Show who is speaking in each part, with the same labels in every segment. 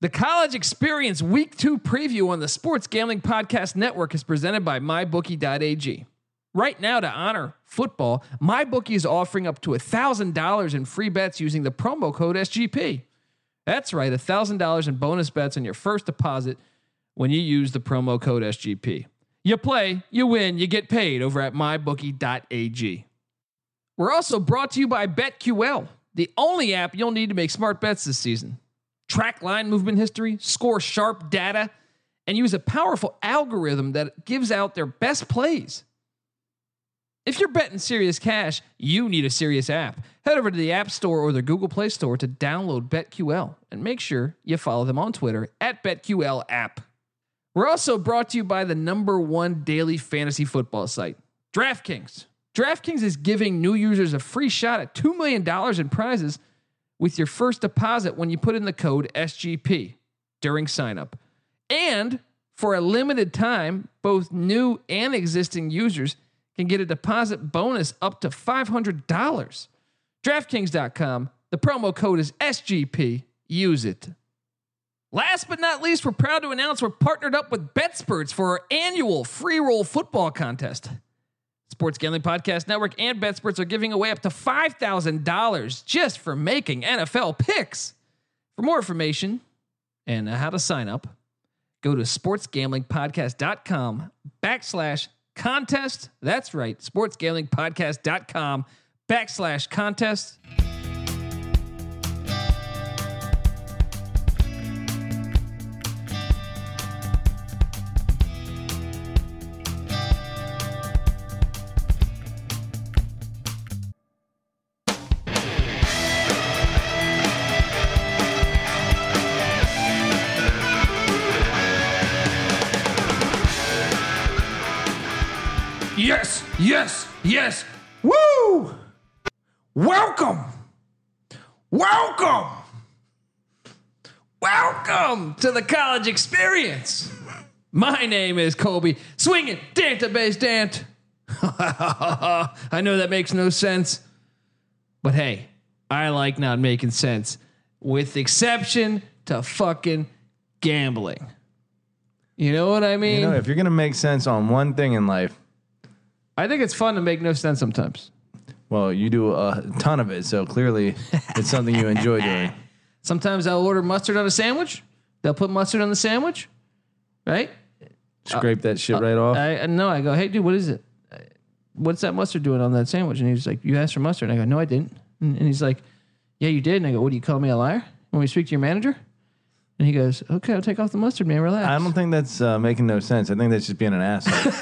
Speaker 1: The college experience week two preview on the Sports Gambling Podcast Network is presented by MyBookie.ag. Right now, to honor football, MyBookie is offering up to $1,000 in free bets using the promo code SGP. That's right, $1,000 in bonus bets on your first deposit when you use the promo code SGP. You play, you win, you get paid over at MyBookie.ag. We're also brought to you by BetQL, the only app you'll need to make smart bets this season. Track line movement history, score sharp data, and use a powerful algorithm that gives out their best plays. If you're betting serious cash, you need a serious app. Head over to the App Store or the Google Play Store to download BetQL and make sure you follow them on Twitter at BetQL app. We're also brought to you by the number one daily fantasy football site, DraftKings. DraftKings is giving new users a free shot at $2 million in prizes with your first deposit when you put in the code SGP during signup. And for a limited time, both new and existing users can get a deposit bonus up to $500. DraftKings.com. The promo code is SGP. Use it. Last but not least, we're proud to announce we're partnered up with BetSpurts for our annual free roll football contest. Sports Gambling Podcast Network and BetSports are giving away up to $5,000 just for making NFL picks. For more information and how to sign up, go to sportsgamblingpodcast.com backslash contest. That's right, sportsgamblingpodcast.com backslash contest.
Speaker 2: Yes, yes, yes. Woo! Welcome. Welcome.
Speaker 1: Welcome to the college experience. My name is Colby Swinging Danta Base Dant. I know that makes no sense, but hey, I like not making sense, with the exception to fucking gambling. You know what I mean?
Speaker 3: You know, if you're gonna make sense on one thing in life,
Speaker 1: I think it's fun to make no sense sometimes.
Speaker 3: well, you do a ton of it. So clearly, it's something you enjoy doing.
Speaker 1: Sometimes I'll order mustard on a sandwich. They'll put mustard on the sandwich, right?
Speaker 3: Scrape that shit right off.
Speaker 1: I I- no, I go, hey, dude, what is it? Uh, What's that mustard doing on that sandwich? And he's like, you asked for mustard. And I go, no, I didn't. And, and he's like, yeah, you did. And I go, what do you call me a liar when we speak to your manager? And he goes, okay, I'll take off the mustard, man. Relax.
Speaker 3: I don't think that's uh, making no sense. I think that's just being an asshole.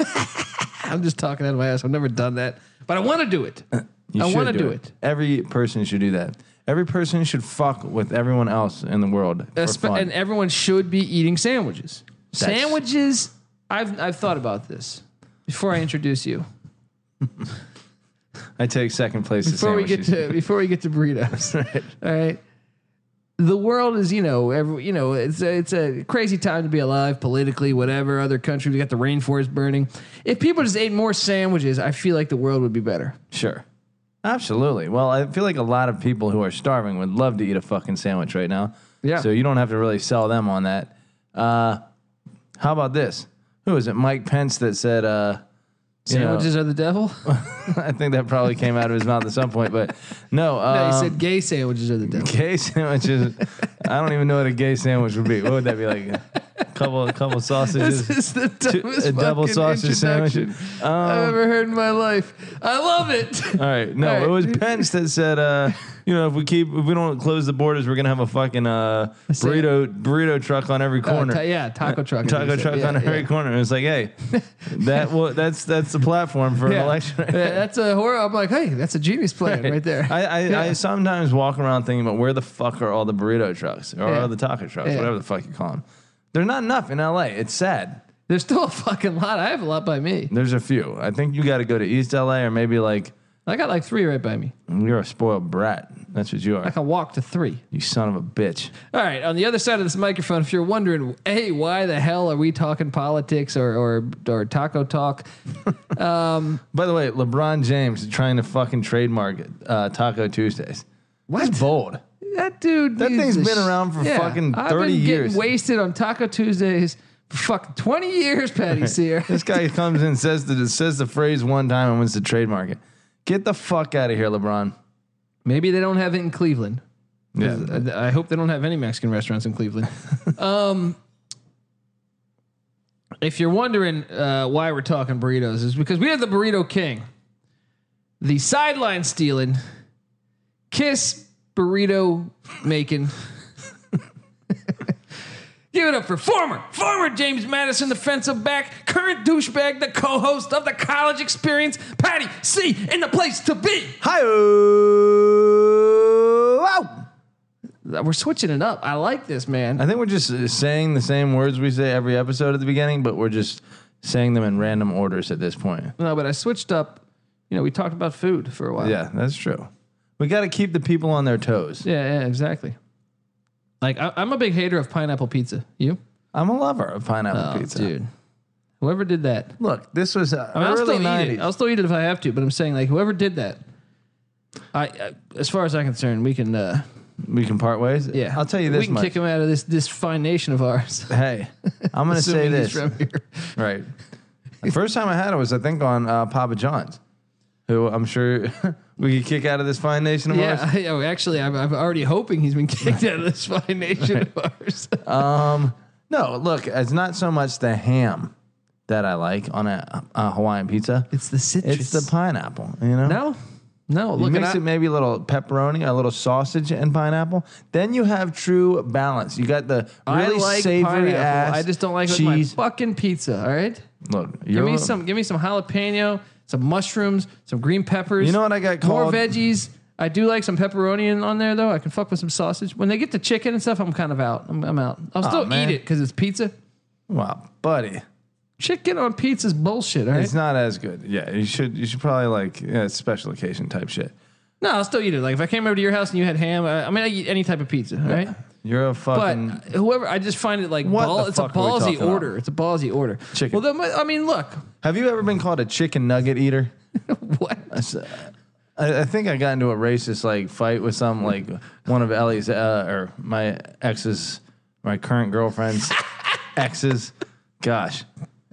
Speaker 1: I'm just talking out of my ass. I've never done that, but I want to do it.
Speaker 3: You
Speaker 1: I
Speaker 3: should
Speaker 1: want to do it.
Speaker 3: Every person should do that. Every person should fuck with everyone else in the world for
Speaker 1: Espe-
Speaker 3: fun.
Speaker 1: and everyone should be eating sandwiches. sandwiches. I've I've thought about this before I introduce you.
Speaker 3: I take second place.
Speaker 1: before we get to before we get to burritos. All right. The world is, you know, every, you know, it's a, it's a crazy time to be alive politically, whatever. Other countries, we got the rainforest burning. If people just ate more sandwiches, I feel like the world would be better.
Speaker 3: sure, absolutely. Well, I feel like a lot of people who are starving would love to eat a fucking sandwich right now.
Speaker 1: Yeah.
Speaker 3: So you don't have to really sell them on that. Uh, how about this? Who is it? Mike Pence that said. Uh, you know,
Speaker 1: Sandwiches are the devil.
Speaker 3: I think that probably came out of his mouth at some point, but no.
Speaker 1: No,
Speaker 3: Um,
Speaker 1: he said gay sandwiches are the devil.
Speaker 3: gay sandwiches. I don't even know what a gay sandwich would be. What would that be like? A couple, a couple
Speaker 1: This
Speaker 3: sausages,
Speaker 1: is the
Speaker 3: two-
Speaker 1: dumbest
Speaker 3: a double
Speaker 1: fucking
Speaker 3: sausage sandwich.
Speaker 1: introduction I've
Speaker 3: Um,
Speaker 1: ever heard in my life. I love it.
Speaker 3: all right, no,
Speaker 1: All right.
Speaker 3: it was Pence that said, uh, you know, if we keep, if we don't close the borders, we're gonna have a fucking uh,
Speaker 1: see Uh,
Speaker 3: burrito burrito truck on every corner. Uh,
Speaker 1: ta- yeah, taco truck.
Speaker 3: Taco
Speaker 1: Yeah,
Speaker 3: truck on
Speaker 1: yeah.
Speaker 3: every corner. And it's like, hey, that will, that's that's the platform for an
Speaker 1: Yeah.
Speaker 3: election.
Speaker 1: Yeah, that's a horror. I'm like, hey, that's a genius plan right, there.
Speaker 3: I, I,
Speaker 1: Yeah.
Speaker 3: I sometimes walk around thinking about where the fuck are all the burrito trucks or
Speaker 1: Yeah.
Speaker 3: all the taco trucks,
Speaker 1: Yeah.
Speaker 3: whatever the fuck you call them. They're not enough in LA. It's sad.
Speaker 1: There's still a fucking lot. I have a lot by me.
Speaker 3: There's a few. I think you got to go to East LA or maybe like
Speaker 1: I got like three right by me.
Speaker 3: you're a spoiled brat. That's what you
Speaker 1: I
Speaker 3: are.
Speaker 1: can walk to three.
Speaker 3: You son of a bitch.
Speaker 1: All right. On the other side of this microphone, if you're wondering, hey, why the hell are we talking politics or or, or taco talk?
Speaker 3: By the way, LeBron James is trying to fucking trademark uh, Taco Tuesdays. What? That's bold.
Speaker 1: That dude.
Speaker 3: That
Speaker 1: needs
Speaker 3: thing's
Speaker 1: a
Speaker 3: been
Speaker 1: sh-
Speaker 3: around for fucking
Speaker 1: I've
Speaker 3: 30
Speaker 1: been
Speaker 3: years.
Speaker 1: Getting wasted on Taco Tuesdays for fucking twenty years, Patty Sear.
Speaker 3: This guy comes in says the says the phrase one time and wins the trademark it. Get the fuck out of here, LeBron.
Speaker 1: Maybe they don't have it in Cleveland.
Speaker 3: Yeah,
Speaker 1: I I hope they don't have any Mexican restaurants in Cleveland. um, if you're wondering uh, why we're talking burritos, is because we have the burrito king, the sideline stealing, kiss burrito making. Give it up for former, former James Madison defensive back, current douchebag, the co-host of the college experience, Patty C, in the place to be.
Speaker 3: hi. Wow.
Speaker 1: We're switching it up. I like this, man.
Speaker 3: I think we're just uh, saying the same words we say every episode at the beginning, but we're just saying them in random orders at this point.
Speaker 1: No, but I switched up. You know, we talked about food for a while.
Speaker 3: Yeah, that's true. We got to keep the people on their toes.
Speaker 1: yeah, yeah exactly. Like I, I'm a big hater of pineapple pizza. You,
Speaker 3: I'm a lover of pineapple
Speaker 1: Oh,
Speaker 3: pizza.
Speaker 1: dude. Whoever did that,
Speaker 3: Look, this was uh,
Speaker 1: I mean, I'll
Speaker 3: early
Speaker 1: still eat it.
Speaker 3: '90s.
Speaker 1: I'll still eat it if I have to. But I'm saying, like, whoever did that, I, I as far as I'm concerned, we can, uh,
Speaker 3: We can part ways.
Speaker 1: yeah,
Speaker 3: I'll tell you
Speaker 1: we
Speaker 3: this
Speaker 1: can
Speaker 3: much.
Speaker 1: kick him out of this this fine nation of ours.
Speaker 3: hey, I'm gonna say
Speaker 1: Assuming he's
Speaker 3: this.
Speaker 1: from here.
Speaker 3: Right. The first time I had it was, I think, on uh, Papa John's, who I'm sure we could kick out of this fine nation of
Speaker 1: Yeah,
Speaker 3: ours.
Speaker 1: I, oh, actually, I'm, I'm already hoping he's been kicked out of this fine nation of ours.
Speaker 3: Um, No, look, it's not so much the ham that I like on a, a Hawaiian pizza.
Speaker 1: it's the citrus.
Speaker 3: It's the pineapple, you know?
Speaker 1: no, no.
Speaker 3: You
Speaker 1: Look, and
Speaker 3: mix
Speaker 1: I-
Speaker 3: it maybe a little pepperoni, a little sausage, and pineapple. Then you have true balance. You got the really
Speaker 1: I like
Speaker 3: savory
Speaker 1: pineapple.
Speaker 3: ass.
Speaker 1: I just don't like it
Speaker 3: cheese.
Speaker 1: with my fucking pizza. All right,
Speaker 3: Look,
Speaker 1: give
Speaker 3: you're
Speaker 1: me
Speaker 3: a-
Speaker 1: some. Give me some jalapeno, some mushrooms, some green peppers.
Speaker 3: You know what I got
Speaker 1: More
Speaker 3: called?
Speaker 1: veggies. I do like some pepperoni in on there though. I can fuck with some sausage. When they get to chicken and stuff, I'm kind of out. I'm, I'm out. I'll still
Speaker 3: man.
Speaker 1: eat it because it's pizza.
Speaker 3: Wow, buddy.
Speaker 1: Chicken on pizza's bullshit. All right.
Speaker 3: It's not as good. Yeah, you should you should probably like yeah, special occasion type shit.
Speaker 1: no, I'll still eat it. Like if I came over to your house and you had ham, I, I mean, I eat any type of pizza. All right.
Speaker 3: You're a
Speaker 1: But
Speaker 3: fucking
Speaker 1: whoever, I just find it like
Speaker 3: What
Speaker 1: ball,
Speaker 3: the
Speaker 1: it's a
Speaker 3: fuck are we talking
Speaker 1: ballsy
Speaker 3: about?
Speaker 1: order. It's a ballsy order.
Speaker 3: Chicken.
Speaker 1: Well, then, I mean, look,
Speaker 3: Have you ever been called a chicken nugget eater?
Speaker 1: what?
Speaker 3: I, I think I got into a racist like fight with some like one of Ellie's uh, or my ex's, my current girlfriend's exes. Gosh,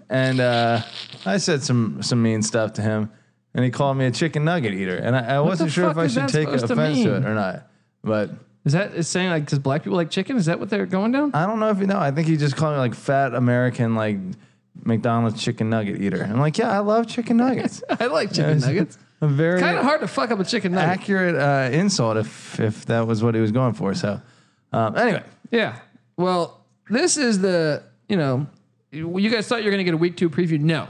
Speaker 3: and uh, I said some some mean stuff to him, and he called me a chicken nugget eater, and I, I wasn't sure if
Speaker 1: fuck
Speaker 3: I
Speaker 1: is
Speaker 3: should
Speaker 1: that
Speaker 3: take
Speaker 1: supposed to
Speaker 3: offense to
Speaker 1: mean?
Speaker 3: it or not. But
Speaker 1: Is that is saying like because black people like chicken? Is that what they're going down?
Speaker 3: I don't know if you know. I think he just called me like fat American like McDonald's chicken nugget eater. I'm like, yeah, I love chicken nuggets.
Speaker 1: I like chicken nuggets.
Speaker 3: A very
Speaker 1: Kind of hard to fuck up a chicken nugget.
Speaker 3: accurate uh, insult if if that was what he was going for. So, um, anyway,
Speaker 1: yeah. Well, this is the you know, you guys thought you were gonna get a week two preview. No,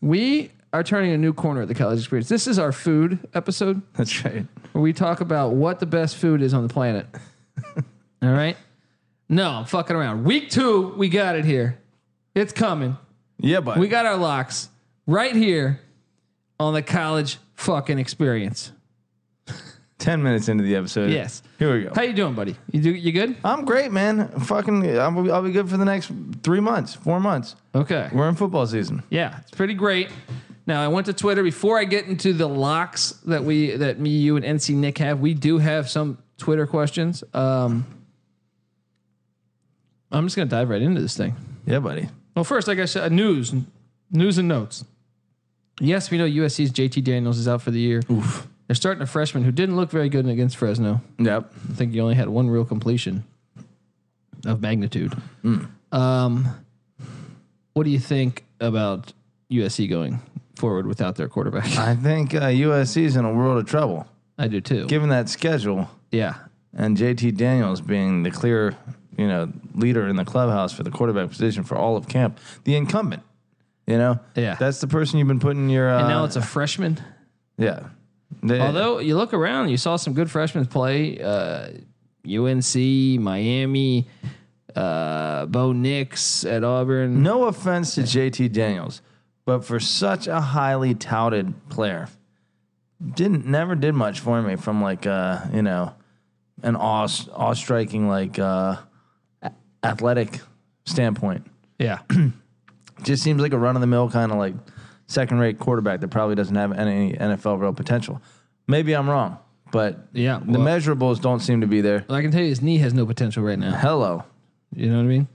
Speaker 1: we are turning a new corner at the college experience. This is our food episode
Speaker 3: that's right.
Speaker 1: where we talk about what the best food is on the planet. All right. No, I'm fucking around. Week two, we got it here. It's coming.
Speaker 3: Yeah, but
Speaker 1: We got our locks right here on the college fucking experience.
Speaker 3: ten minutes into the episode.
Speaker 1: Yes.
Speaker 3: here we go.
Speaker 1: How you doing, buddy? You do you good?
Speaker 3: I'm great, man. Fucking, I'll be, I'll be good for the next three months, four months.
Speaker 1: Okay.
Speaker 3: We're in football season.
Speaker 1: Yeah, it's pretty great. Now I went to Twitter before I get into the locks that we that me, you, and NC Nick have. We do have some Twitter questions. Um, I'm just gonna dive right into this thing.
Speaker 3: Yeah, buddy.
Speaker 1: Well, first, like I said, uh, news, news and notes. Yes, we know USC's JT Daniels is out for the year. Oof. They're starting a freshman who didn't look very good against Fresno.
Speaker 3: Yep.
Speaker 1: I think he only had one real completion of magnitude. Um, what do you think about USC going forward without their quarterback?
Speaker 3: I think uh, USC's in a world of trouble
Speaker 1: I do too.
Speaker 3: given that schedule
Speaker 1: yeah.
Speaker 3: and JT Daniels being the clear, you know, leader in the clubhouse for the quarterback position for all of camp, the incumbent. You know,
Speaker 1: Yeah.
Speaker 3: that's the person you've been putting your. Uh,
Speaker 1: And now it's a freshman.
Speaker 3: Yeah. They-
Speaker 1: Although you look around, you saw some good freshmen play. Uh, UNC, Miami, uh, Bo Nix at Auburn.
Speaker 3: no offense to JT Daniels, but for such a highly touted player, didn't never did much for me from like uh, you know, an awe awe striking like uh, a- athletic standpoint.
Speaker 1: Yeah.
Speaker 3: Just seems like a run of the mill kind of like second rate quarterback that probably doesn't have any NFL real potential. Maybe I'm wrong. But
Speaker 1: Yeah,
Speaker 3: the
Speaker 1: well-
Speaker 3: measurables don't seem to be there.
Speaker 1: Well, I can tell you his knee has no potential right now.
Speaker 3: Hello.
Speaker 1: You know what I mean?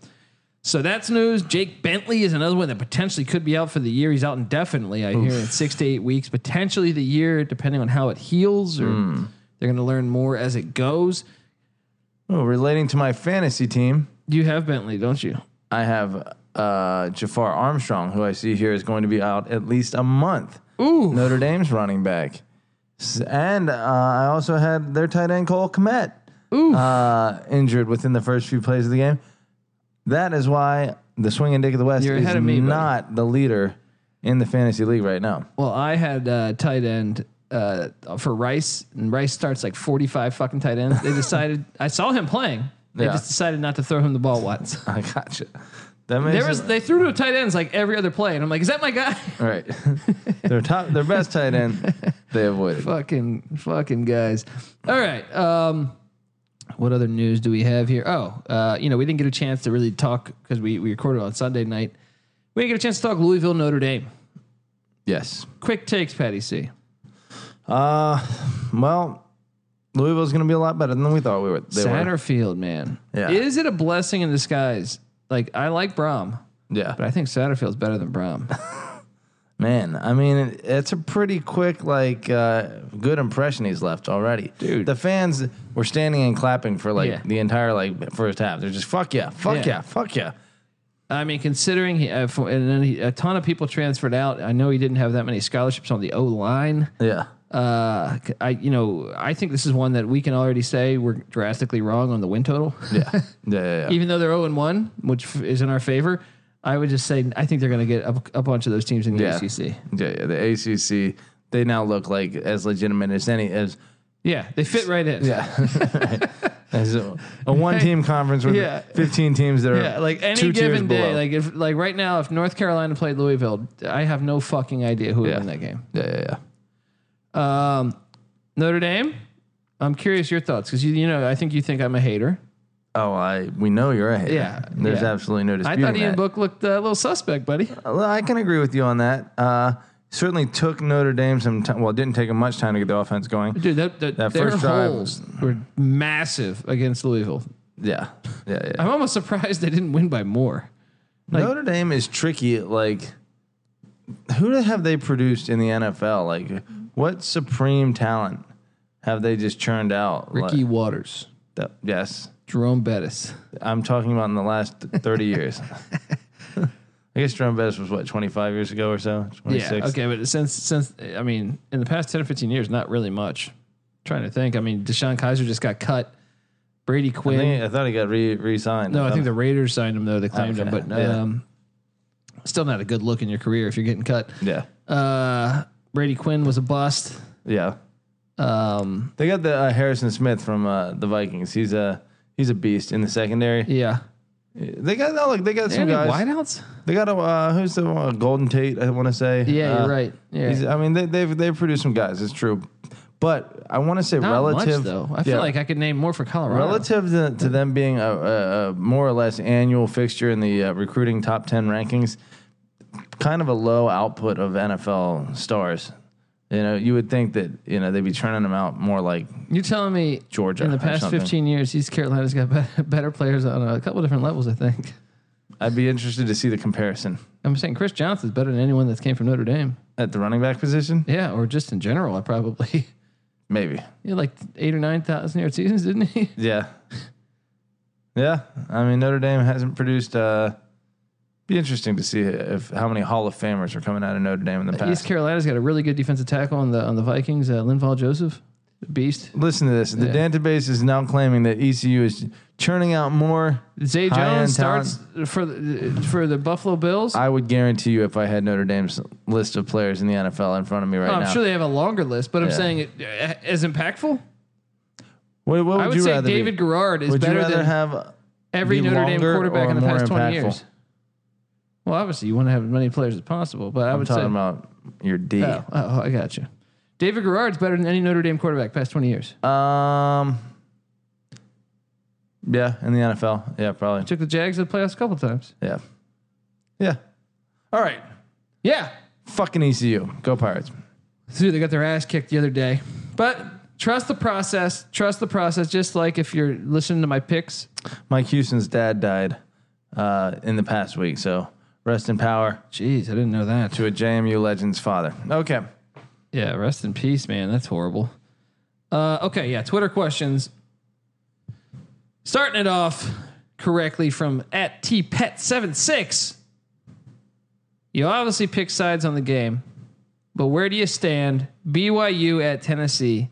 Speaker 1: So that's news. Jake Bentley is another one that potentially could be out for the year. He's out indefinitely, I hear, in six to eight weeks, potentially the year, depending on how it heals, or they're going to learn more as it goes.
Speaker 3: Oh, relating to my fantasy team,
Speaker 1: You have Bentley, don't you?
Speaker 3: I have uh, Jafar Armstrong, who I see here is going to be out at least a month.
Speaker 1: Ooh.
Speaker 3: Notre Dame's running back. S- And uh, I also had their tight end Cole Komet uh, injured within the first few plays of the game. That is why the swinging dick of the West
Speaker 1: You're
Speaker 3: is
Speaker 1: ahead of me, buddy.
Speaker 3: not the leader in the fantasy league right now.
Speaker 1: Well, I had uh, tight end uh, for Rice, and Rice starts like 45 fucking tight ends. They decided, I saw him playing. They
Speaker 3: Yeah.
Speaker 1: just decided not to throw him the ball once.
Speaker 3: I gotcha. That makes
Speaker 1: There was they threw to tight ends like every other play, and I'm like, is that my guy?
Speaker 3: all right. their top, their best tight end, they avoided.
Speaker 1: fucking fucking guys. All right. Um, what other news do we have here? Oh, uh, you know, we didn't get a chance to really talk because we, we recorded on Sunday night. We didn't get a chance to talk Louisville Notre Dame.
Speaker 3: Yes.
Speaker 1: Quick takes, Patty C.
Speaker 3: Uh, well, Louisville's going to be a lot better than we thought we were. They were.
Speaker 1: Satterfield, man.
Speaker 3: Yeah.
Speaker 1: Is it a blessing in disguise? Like I like Brom, but
Speaker 3: Yeah,
Speaker 1: I think Satterfield's better than Brom.
Speaker 3: man. I mean, it, it's a pretty quick, like, uh, good impression he's left already,
Speaker 1: Dude.
Speaker 3: The fans were standing and clapping for like
Speaker 1: Yeah.
Speaker 3: the entire like first half. They're just fuck yeah, fuck
Speaker 1: Yeah.
Speaker 3: yeah, fuck yeah.
Speaker 1: I mean, considering he, uh, for, and then he, a ton of people transferred out. I know he didn't have that many scholarships on the O line.
Speaker 3: Yeah,
Speaker 1: uh, I you know I think this is one that we can already say we're drastically wrong on the win total.
Speaker 3: yeah, yeah, yeah. yeah.
Speaker 1: Even though they're zero and one, which f- is in our favor, I would just say I think they're going to get a, a bunch of those teams in the
Speaker 3: Yeah.
Speaker 1: ACC.
Speaker 3: yeah, yeah. The ACC, they now look like as legitimate as any as
Speaker 1: Yeah, they fit right in.
Speaker 3: yeah. As a, a one-team conference with
Speaker 1: Yeah.
Speaker 3: 15 teams that are
Speaker 1: Yeah, like any
Speaker 3: two tiers
Speaker 1: given day,
Speaker 3: below.
Speaker 1: like if like right now, if North Carolina played Louisville, I have no fucking idea who would
Speaker 3: Yeah.
Speaker 1: win that game.
Speaker 3: yeah, yeah, yeah.
Speaker 1: Um, Notre Dame, I'm curious your thoughts because you you know I think you think I'm a hater.
Speaker 3: Oh, I we know you're a hater.
Speaker 1: Yeah,
Speaker 3: there's
Speaker 1: yeah.
Speaker 3: absolutely no
Speaker 1: I
Speaker 3: dispute.
Speaker 1: thought Ian Book looked uh, a little suspect, buddy.
Speaker 3: Well, I can agree with you on that. Uh, certainly took Notre Dame some time. Well, it didn't take him much time to get the offense going.
Speaker 1: Dude, that, that,
Speaker 3: That
Speaker 1: their
Speaker 3: first drive
Speaker 1: holes were massive against Louisville.
Speaker 3: Yeah, yeah, yeah.
Speaker 1: I'm almost surprised they didn't win by more.
Speaker 3: Notre Dame is tricky. Like, who the- have they produced in the NFL? Like, what supreme talent have they just churned out?
Speaker 1: Ricky
Speaker 3: Like,
Speaker 1: Waters,
Speaker 3: the- yes,
Speaker 1: Jerome Bettis.
Speaker 3: I'm talking about in the last 30 years. I guess Jerome Bettis was what 25 years ago or so. 26.
Speaker 1: Yeah, okay, but since since I mean, in the past ten or fifteen years, not really much. trying to think. I mean, Deshaun Kaiser just got cut. Brady
Speaker 3: I,
Speaker 1: Quinn.
Speaker 3: think, I thought he got re- re-signed.
Speaker 1: no, I think the Raiders signed him though. They claimed
Speaker 3: Okay,
Speaker 1: him, but
Speaker 3: yeah.
Speaker 1: um, still not a good look in your career if you're getting cut.
Speaker 3: yeah,
Speaker 1: Uh, Brady Quinn was a bust.
Speaker 3: yeah.
Speaker 1: Um,
Speaker 3: They got the uh, Harrison Smith from uh, the Vikings. He's a he's a beast in the secondary.
Speaker 1: yeah.
Speaker 3: They got no, look. They got some
Speaker 1: Any
Speaker 3: guys.
Speaker 1: wideouts?
Speaker 3: They got a uh, who's the one? Golden Tate. I want to say.
Speaker 1: Yeah,
Speaker 3: Uh,
Speaker 1: you're right. Yeah.
Speaker 3: he's- I mean, they, they've they've produced some guys. It's true, but I want to say
Speaker 1: Not
Speaker 3: relative
Speaker 1: much, though. I feel
Speaker 3: yeah,
Speaker 1: like I could name more for Colorado.
Speaker 3: relative to, to them being a, a, a more or less annual fixture in the uh, recruiting top ten rankings, kind of a low output of NFL stars. You know, you would think that you know they'd be churning them out more like
Speaker 1: You're telling me
Speaker 3: Georgia
Speaker 1: in the
Speaker 3: or
Speaker 1: past
Speaker 3: something.
Speaker 1: 15 years, East Carolina's got be- better players on a couple different levels. I think.
Speaker 3: I'd be interested to see the comparison
Speaker 1: I'm saying Chris Johnson's better than anyone that's came from Notre Dame.
Speaker 3: at the running back position.
Speaker 1: Yeah, or just in general, I probably.
Speaker 3: Maybe.
Speaker 1: He had like eight or nine thousand yard seasons, didn't he?
Speaker 3: Yeah. Yeah. I mean, Notre Dame hasn't produced. Uh, be interesting to see if how many Hall of Famers are coming out of Notre Dame in the
Speaker 1: East
Speaker 3: past.
Speaker 1: Carolina's got a really good defensive tackle on the on the Vikings. Uh, Linval Joseph, beast.
Speaker 3: Listen to this. The database is now claiming that ECU is churning out more.
Speaker 1: Zay
Speaker 3: High-end
Speaker 1: Jones starts for the, for the Buffalo Bills.
Speaker 3: I would guarantee you if I had Notre Dame's list of players in the NFL in front of me right
Speaker 1: Oh, I'm
Speaker 3: now.
Speaker 1: sure they have a longer list, but I'm
Speaker 3: Yeah.
Speaker 1: saying it, uh, as impactful.
Speaker 3: what, what would,
Speaker 1: I would
Speaker 3: you
Speaker 1: say
Speaker 3: rather
Speaker 1: David
Speaker 3: be?
Speaker 1: Garrard is
Speaker 3: Would you
Speaker 1: better
Speaker 3: rather
Speaker 1: than
Speaker 3: have
Speaker 1: every
Speaker 3: be
Speaker 1: Notre Dame
Speaker 3: longer
Speaker 1: quarterback
Speaker 3: or
Speaker 1: in the
Speaker 3: more
Speaker 1: past 20
Speaker 3: impactful?
Speaker 1: years. Well, obviously, you want to have as many players as possible, but I
Speaker 3: I'm
Speaker 1: would
Speaker 3: talking
Speaker 1: say.
Speaker 3: about your D.
Speaker 1: oh, oh, I got you. David Garrard's better than any Notre Dame quarterback past 20 years.
Speaker 3: Um. Yeah, in the NFL. Yeah, probably.
Speaker 1: Took the Jags to the playoffs a couple times.
Speaker 3: Yeah. Yeah. All right.
Speaker 1: Yeah.
Speaker 3: Fucking ECU. Go Pirates.
Speaker 1: So they got their ass kicked the other day. But Trust the process. Trust the process. Just like if you're listening to my picks,
Speaker 3: Mike Houston's dad died uh, in the past week, so rest in power
Speaker 1: Jeez, I didn't know that.
Speaker 3: to a JMU legend's father. Okay,
Speaker 1: Yeah, rest in peace, man. That's horrible. Uh, okay, yeah. Twitter questions. Starting it off correctly from at E tpet76. You obviously pick sides on the game, but where do you stand? BYU at Tennessee.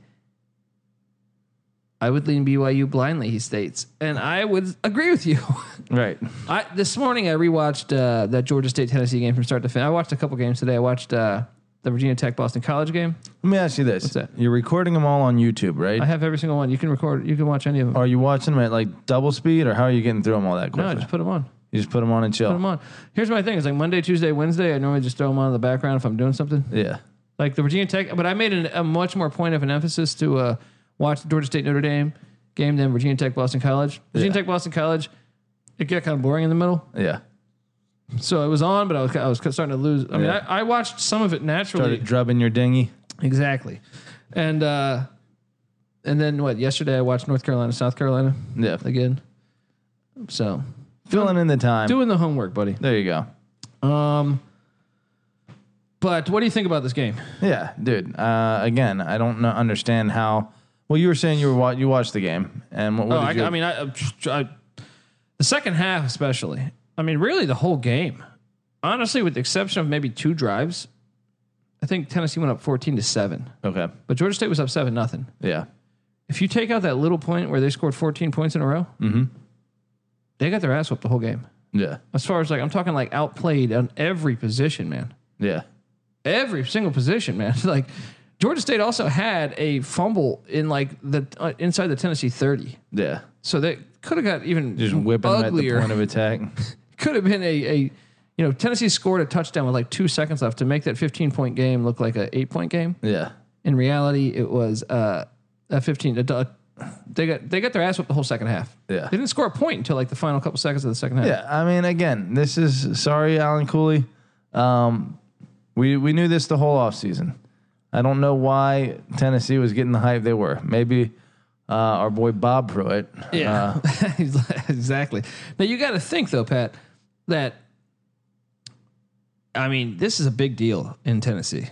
Speaker 1: I would lean BYU blindly, he states, and I would agree with you.
Speaker 3: right.
Speaker 1: I this morning I rewatched uh, that Georgia State Tennessee game from start to finish. I watched a couple games today. I watched uh, the Virginia Tech Boston College game.
Speaker 3: Let me ask you this:
Speaker 1: that?
Speaker 3: You're recording them all on YouTube, right?
Speaker 1: I have every single one. You can record. You can watch any of them.
Speaker 3: are you watching them at like double speed, or how are you getting through them all that
Speaker 1: No, I
Speaker 3: quickly?
Speaker 1: just put them on.
Speaker 3: you just put them on and chill.
Speaker 1: Put them on. Here's my thing: it's like Monday, Tuesday, Wednesday. I normally just throw them on in the background if I'm doing something.
Speaker 3: Yeah,
Speaker 1: Like the Virginia Tech, but I made an, a much more point of an emphasis to uh, watch the Georgia State Notre Dame game than Virginia Tech Boston College. Virginia
Speaker 3: Yeah.
Speaker 1: Tech Boston College, it got kind of boring in the middle.
Speaker 3: yeah.
Speaker 1: So it was on, but I was I was starting to lose. I mean,
Speaker 3: Yeah.
Speaker 1: I, I watched some of it naturally.
Speaker 3: Started drubbing your dinghy.
Speaker 1: Exactly. And uh and then what, yesterday I watched North Carolina, South Carolina
Speaker 3: Yeah,
Speaker 1: again. So
Speaker 3: filling in the time.
Speaker 1: doing the homework, buddy.
Speaker 3: There you go.
Speaker 1: Um but what do you think about this game?
Speaker 3: Yeah, dude. Uh, again, I don't know, understand how. Well, you were saying you were wa- you watched the game, and what, what
Speaker 1: Oh, I,
Speaker 3: did you?
Speaker 1: I mean, I, I, the second half especially. I mean, really the whole game. Honestly, with the exception of maybe two drives, I think Tennessee went up fourteen to seven,
Speaker 3: okay,
Speaker 1: but Georgia State was up seven nothing.
Speaker 3: yeah,
Speaker 1: If you take out that little point where they scored fourteen points in a row,
Speaker 3: Mm-hmm.
Speaker 1: they got their ass whooped the whole game.
Speaker 3: yeah,
Speaker 1: As far as like, I'm talking like outplayed on every position, man.
Speaker 3: yeah,
Speaker 1: Every single position, man. like Georgia State also had a fumble in like the uh, inside the Tennessee 30,
Speaker 3: yeah.
Speaker 1: so they could have got even
Speaker 3: Just whipping them at the
Speaker 1: uglier.
Speaker 3: point of attack.
Speaker 1: Could have been a, a you know Tennessee scored a touchdown with like two seconds left to make that 15 point game look like a eight point game.
Speaker 3: Yeah,
Speaker 1: In reality, it was uh, a 15. A, du- they got they got their ass whooped the whole second half.
Speaker 3: Yeah.
Speaker 1: they didn't score a point until like the final couple seconds of the second half.
Speaker 3: yeah. I mean, again, this is sorry, Alan Cooley. Um, we we knew this the whole offseason. I don't know why Tennessee was getting the hype they were. Maybe uh, our boy Bob Pruitt. uh,
Speaker 1: Yeah, exactly. Now you got to think though, Pat, that I mean, this is a big deal in Tennessee.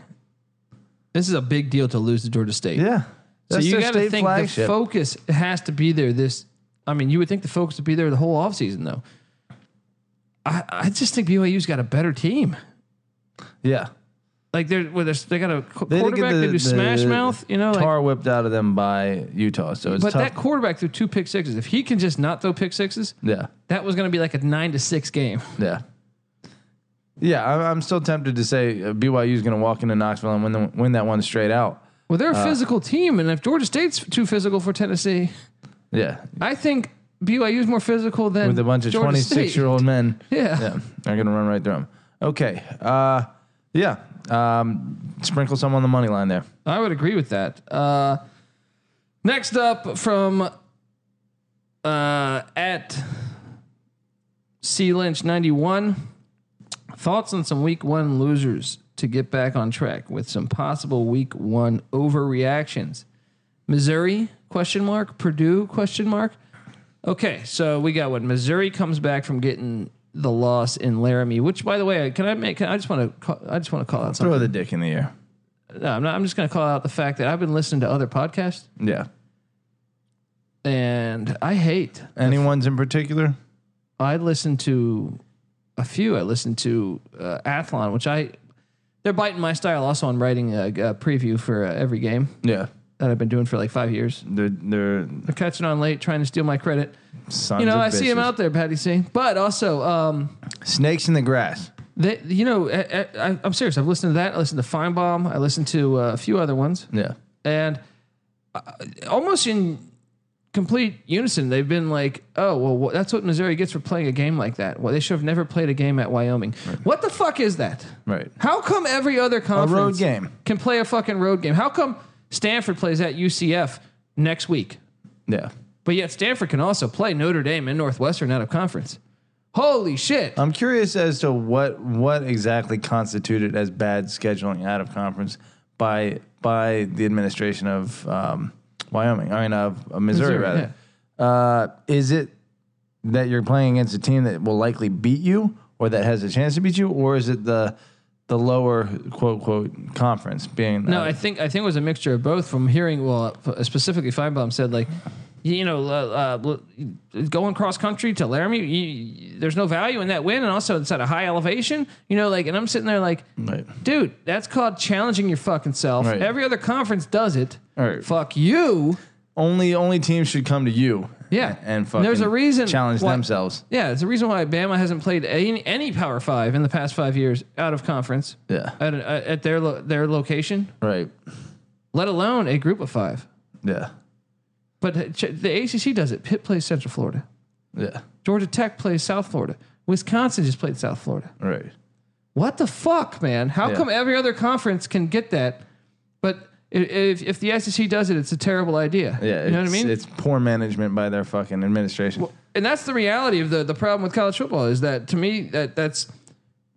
Speaker 1: This is a big deal to lose to Georgia State.
Speaker 3: yeah.
Speaker 1: so
Speaker 3: That's
Speaker 1: you
Speaker 3: their
Speaker 1: got to
Speaker 3: state
Speaker 1: think the
Speaker 3: flagship.
Speaker 1: focus has to be there. This, I mean, you would think the focus would be there the whole offseason, though. I, I just think BYU's got a better team.
Speaker 3: yeah.
Speaker 1: Like they're, well, they're they got a qu-
Speaker 3: didn't get
Speaker 1: quarterback. they
Speaker 3: the-
Speaker 1: do smash
Speaker 3: the
Speaker 1: mouth. You know, like,
Speaker 3: Tar whipped out of them by Utah, so it's
Speaker 1: but
Speaker 3: tough.
Speaker 1: that quarterback threw two pick sixes. If he can just not throw pick sixes,
Speaker 3: yeah.
Speaker 1: that was going to be like a nine to six game.
Speaker 3: Yeah. Yeah, I- I'm still tempted to say uh, BYU is going to walk into Knoxville and win, the, win that one straight out.
Speaker 1: Well, they're a
Speaker 3: Uh,
Speaker 1: physical team, and if Georgia State's too physical for Tennessee,
Speaker 3: Yeah,
Speaker 1: I think BYU's more physical than
Speaker 3: with a bunch of
Speaker 1: Georgia
Speaker 3: 26
Speaker 1: State.
Speaker 3: year old men.
Speaker 1: Yeah.
Speaker 3: yeah, they're going to run right through them. Okay, uh, yeah, um, sprinkle some on the money line there.
Speaker 1: I would agree with that. Uh, next up from uh, at C Lynch ninety one. Thoughts on some week one losers to get back on track with some possible week one overreactions. Missouri question mark Purdue question mark. Okay, so we got what Missouri comes back from getting the loss in Laramie, which by the way, can I make? Can, I just want to I just want to call out something.
Speaker 3: Throw the dick in the air.
Speaker 1: No, I'm not. I'm just going to call out the fact that I've been listening to other podcasts,
Speaker 3: Yeah,
Speaker 1: and I hate.
Speaker 3: anyone's in particular?
Speaker 1: I listen to a few. I listen to uh, Athlon, which I they're biting my style. Also, on writing a, a preview for uh, every game
Speaker 3: Yeah,
Speaker 1: that I've been doing for like five years.
Speaker 3: they're they're
Speaker 1: They're catching on late, trying to steal my credit.
Speaker 3: sons
Speaker 1: You know,
Speaker 3: of
Speaker 1: I see them
Speaker 3: bitches.
Speaker 1: out there, Patty C. But also, um,
Speaker 3: Snakes in the grass.
Speaker 1: They, you know, I, I, I'm serious. I've listened to that. I listened to Feinbaum. I listened to uh, a few other ones,
Speaker 3: Yeah,
Speaker 1: and uh, almost in complete unison, they've been like, "Oh, well, wha- that's what Missouri gets for playing a game like that. Well, they should have never played a game at Wyoming. What the fuck is that?
Speaker 3: right.
Speaker 1: How come every other
Speaker 3: A
Speaker 1: conference
Speaker 3: road game.
Speaker 1: can play a fucking road game? How come Stanford plays at UCF next week,
Speaker 3: Yeah,
Speaker 1: but yet Stanford can also play Notre Dame and Northwestern out of conference? Holy shit!
Speaker 3: I'm curious as to what what exactly constituted as bad scheduling out of conference by by the administration of um, Wyoming. I mean, uh, uh,
Speaker 1: Missouri,
Speaker 3: Missouri, rather. Uh, is it that you're playing against a team that will likely beat you, or that has a chance to beat you, or is it the the lower quote quote conference being?
Speaker 1: No,
Speaker 3: uh,
Speaker 1: I think I think it was a mixture of both. From hearing, well, f- specifically Feinbaum said like, you know, uh, uh, l- going cross country to Laramie, you, you- there's no value in that win, and also it's at a high elevation. You know, like, and I'm sitting there like,
Speaker 3: Right.
Speaker 1: dude, that's called challenging your fucking self.
Speaker 3: Right.
Speaker 1: Every other conference does it.
Speaker 3: Right.
Speaker 1: Fuck you.
Speaker 3: only only teams should come to you.
Speaker 1: Yeah.
Speaker 3: and fucking
Speaker 1: And there's a reason
Speaker 3: challenge
Speaker 1: why-
Speaker 3: themselves.
Speaker 1: Yeah, it's the reason why Bama hasn't played any, any Power Five in the past five years out of conference.
Speaker 3: Yeah.
Speaker 1: At, at their lo- their location,
Speaker 3: Right.
Speaker 1: let alone a group of five.
Speaker 3: Yeah.
Speaker 1: But ch- the ACC does it. Pitt plays Central Florida.
Speaker 3: Yeah.
Speaker 1: Georgia Tech plays South Florida. Wisconsin just played South Florida.
Speaker 3: Right.
Speaker 1: What the fuck, man? How
Speaker 3: Yeah.
Speaker 1: come every other conference can get that, but i- if, if the SEC does it, it's a terrible idea.
Speaker 3: Yeah.
Speaker 1: you know what I
Speaker 3: it's-
Speaker 1: mean.
Speaker 3: It's poor management by their fucking administration.
Speaker 1: and that's the reality of the the problem with college football is that to me that that's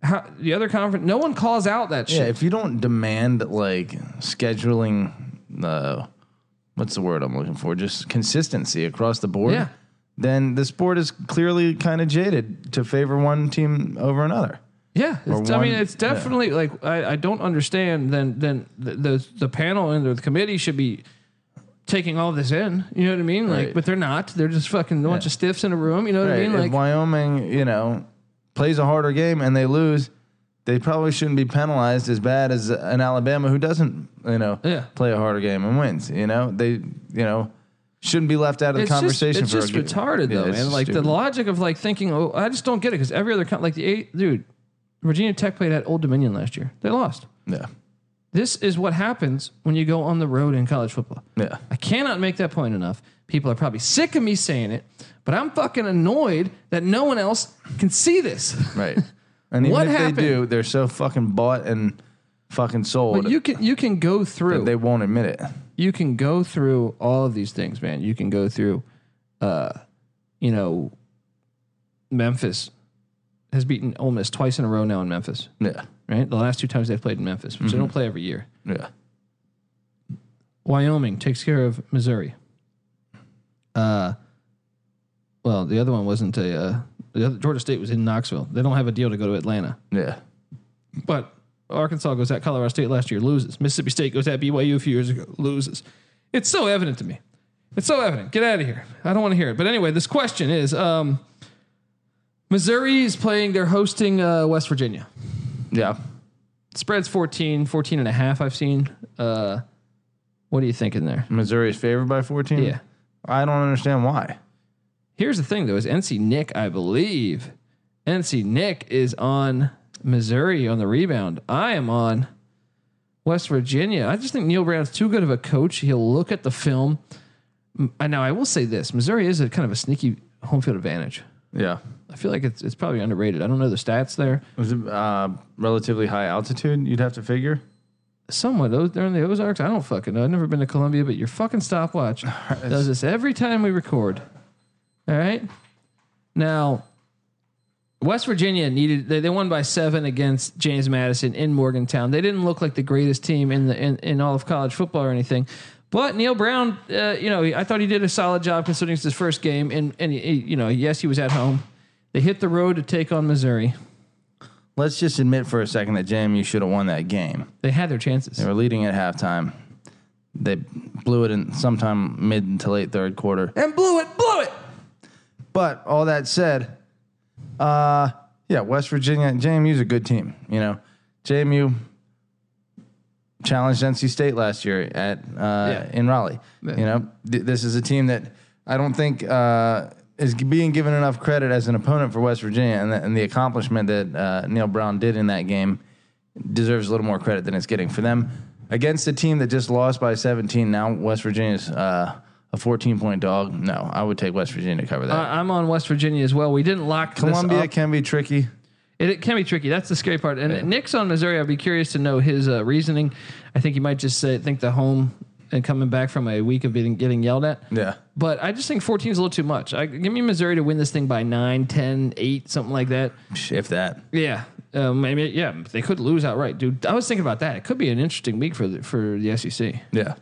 Speaker 1: how the other conference. No one calls out that
Speaker 3: yeah.
Speaker 1: shit.
Speaker 3: If you don't demand like scheduling, uh, what's the word I'm looking for? Just consistency across the board.
Speaker 1: Yeah.
Speaker 3: Then the sport is clearly kind of jaded to favor one team over another.
Speaker 1: Yeah, it's, I mean,
Speaker 3: one-
Speaker 1: it's definitely like I, I don't understand. Then then the, the the panel and the committee should be taking all this in. You know what I mean? Like,
Speaker 3: Right.
Speaker 1: but they're not. They're just fucking a bunch of stiffs in a room. You know what I
Speaker 3: Right.
Speaker 1: mean?
Speaker 3: if
Speaker 1: Like,
Speaker 3: Wyoming, you know, plays a harder game and they lose, they probably shouldn't be penalized as bad as an Alabama who doesn't, you know,
Speaker 1: Yeah.
Speaker 3: play a harder game and wins. You know, they, you know, shouldn't be left out of
Speaker 1: it's
Speaker 3: the conversation.
Speaker 1: just,
Speaker 3: for
Speaker 1: it's
Speaker 3: a
Speaker 1: just
Speaker 3: game.
Speaker 1: retarded
Speaker 3: Yeah,
Speaker 1: though,
Speaker 3: it's
Speaker 1: man. Like
Speaker 3: stupid.
Speaker 1: the logic of like thinking, oh, I just don't get it because every other con- like the eight dude, Virginia Tech played at Old Dominion last year. They lost.
Speaker 3: Yeah,
Speaker 1: This is what happens when you go on the road in college football.
Speaker 3: yeah,
Speaker 1: I cannot make that point enough. People are probably sick of me saying it, but I'm fucking annoyed that no one else can see this.
Speaker 3: right. And even
Speaker 1: What
Speaker 3: if
Speaker 1: happened?
Speaker 3: they do, they're so fucking bought and fucking sold.
Speaker 1: But you can you can go through
Speaker 3: they won't admit it.
Speaker 1: you can go through all of these things, man. You can go through uh you know Memphis has beaten Ole Miss twice in a row now in Memphis,
Speaker 3: Yeah,
Speaker 1: right? The last two times they've played in Memphis, which they don't play every year.
Speaker 3: yeah,
Speaker 1: Wyoming takes care of Missouri. Uh, well, the other one wasn't a. Uh, the other, Georgia State was in Knoxville. They don't have a deal to go to Atlanta,
Speaker 3: yeah,
Speaker 1: but Arkansas goes at Colorado State last year, loses. Mississippi State goes at BYU a few years ago, loses. It's so evident to me. It's so evident. Get out of here. I don't want to hear it. But anyway, this question is: um, Missouri is playing. They're hosting uh, West Virginia.
Speaker 3: yeah.
Speaker 1: Spread's 14, 14 and a half. I've seen. Uh, what do you think in there?
Speaker 3: Missouri is favored by fourteen.
Speaker 1: Yeah.
Speaker 3: I don't understand why.
Speaker 1: Here's the thing, though, is NC Nick, I believe. NC Nick is on Missouri on the rebound. I am on West Virginia. I just think Neil Brown's too good of a coach. He'll look at the film. M- I know. I will say this: Missouri is a kind of a sneaky home field advantage.
Speaker 3: Yeah.
Speaker 1: I feel like it's it's probably underrated. I don't know the stats there.
Speaker 3: Was it uh, relatively high altitude? You'd have to figure.
Speaker 1: Somewhat those they're in the Ozarks. I don't fucking know. I've never been to Columbia, but your fucking stopwatch does this every time we record. All right. Now, West Virginia needed they, they won by seven against James Madison in Morgantown. They didn't look like the greatest team in the in, in all of college football or anything. But Neil Brown, uh, you know, I thought he did a solid job considering it's his first game. And and he- he, you know, yes, he was at home. They hit the road to take on Missouri.
Speaker 3: Let's just admit for a second that JMU should have won that game.
Speaker 1: They had their chances.
Speaker 3: They were leading at halftime. They blew it in sometime mid to late third quarter.
Speaker 1: And blew it, blew it.
Speaker 3: But all that said, uh, yeah, West Virginia, JMU's a good team. You know, JMU challenged NC State last year at uh, in Raleigh. You know, th- this is a team that I don't think uh, is g- being given enough credit as an opponent for West Virginia, and the, and the accomplishment that uh, Neil Brown did in that game deserves a little more credit than it's getting for them against a team that just lost by 17. Now West Virginia's uh, a 14 point dog. No, I would take West Virginia to cover that.
Speaker 1: I- I'm on West Virginia as well. We didn't lock This
Speaker 3: Columbia
Speaker 1: up.
Speaker 3: can be tricky.
Speaker 1: It, it can be tricky. That's the scary part. And Nick's on Missouri. I'd be curious to know his uh, reasoning. I think he might just say think the home and coming back from a week of being getting yelled at.
Speaker 3: Yeah.
Speaker 1: But I just think 14 is a little too much. I, give me Missouri to win this thing by 9, 10, 8, something like that.
Speaker 3: If that.
Speaker 1: Yeah. Um, I mean, yeah, they E could lose outright, dude. I was thinking about that. It could be an interesting week for the, for the SEC.
Speaker 3: Yeah.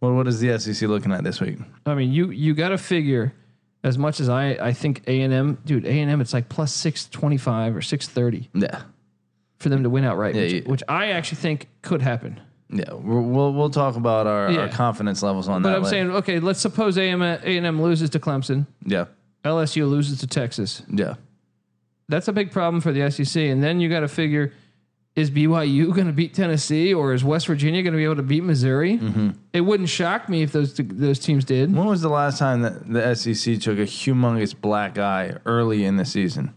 Speaker 3: Well, what is the SEC looking at this week?
Speaker 1: I mean, you you got to figure as much as I I think A and M, dude, A and M, it's like plus six twenty five or six thirty
Speaker 3: Yeah,
Speaker 1: for them to win outright, which,
Speaker 3: yeah.
Speaker 1: which I actually think could happen.
Speaker 3: yeah. We're, we'll we'll talk about our,
Speaker 1: Yeah.
Speaker 3: our confidence levels on
Speaker 1: But
Speaker 3: that.
Speaker 1: I'm
Speaker 3: later.
Speaker 1: saying, okay, let's suppose A and M loses to Clemson,
Speaker 3: yeah,
Speaker 1: LSU loses to Texas.
Speaker 3: yeah,
Speaker 1: That's a big problem for the SEC, and then you got to figure. Is BYU going to beat Tennessee, or is West Virginia going to be able to beat Missouri?
Speaker 3: Mm-hmm.
Speaker 1: It wouldn't shock me if those those teams did.
Speaker 3: When was the last time that the SEC took a humongous black eye early in the season?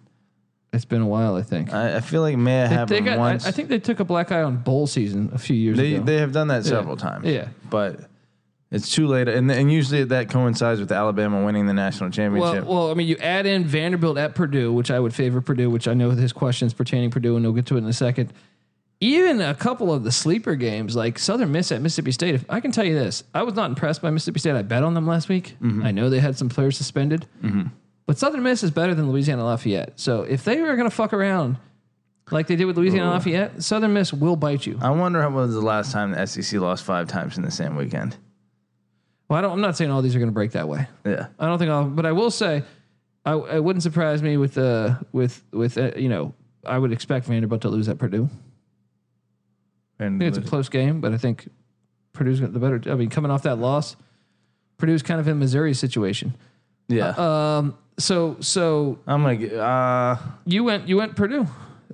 Speaker 1: It's been a while, I think.
Speaker 3: I, I feel like it may have
Speaker 1: They
Speaker 3: happened
Speaker 1: got, I,
Speaker 3: once.
Speaker 1: I think they took a black eye on bowl season a few years
Speaker 3: they
Speaker 1: ago.
Speaker 3: they have done that several times.
Speaker 1: Yeah.
Speaker 3: but it's too late, and and usually that coincides with Alabama winning the national
Speaker 1: well,
Speaker 3: championship.
Speaker 1: well, I mean, you add in Vanderbilt at Purdue, which I would favor Purdue, which I know his questions pertaining Purdue, and we'll get to it in a second. Even a couple of the sleeper games, like Southern Miss at Mississippi State, if I can tell you this, I was not impressed by Mississippi State. I bet on them last week. I know they had some players suspended, but Southern Miss is better than Louisiana Lafayette. So if they were going to fuck around like they did with Louisiana Lafayette, Southern Miss will bite you.
Speaker 3: I wonder when was the last time the SEC lost five times in the same weekend.
Speaker 1: Well, I don't, I'm not saying all these are going to break that way.
Speaker 3: Yeah,
Speaker 1: I don't think I'll, but I will say, I, I wouldn't surprise me with uh with with uh, you know I would expect Vanderbilt to lose at Purdue.
Speaker 3: and
Speaker 1: I think it's a close game, but I think Purdue's got the better. I mean, coming off that loss, Purdue's kind of in Missouri's situation.
Speaker 3: yeah,
Speaker 1: Um, so so
Speaker 3: I'm gonna get. Uh,
Speaker 1: you went you went Purdue.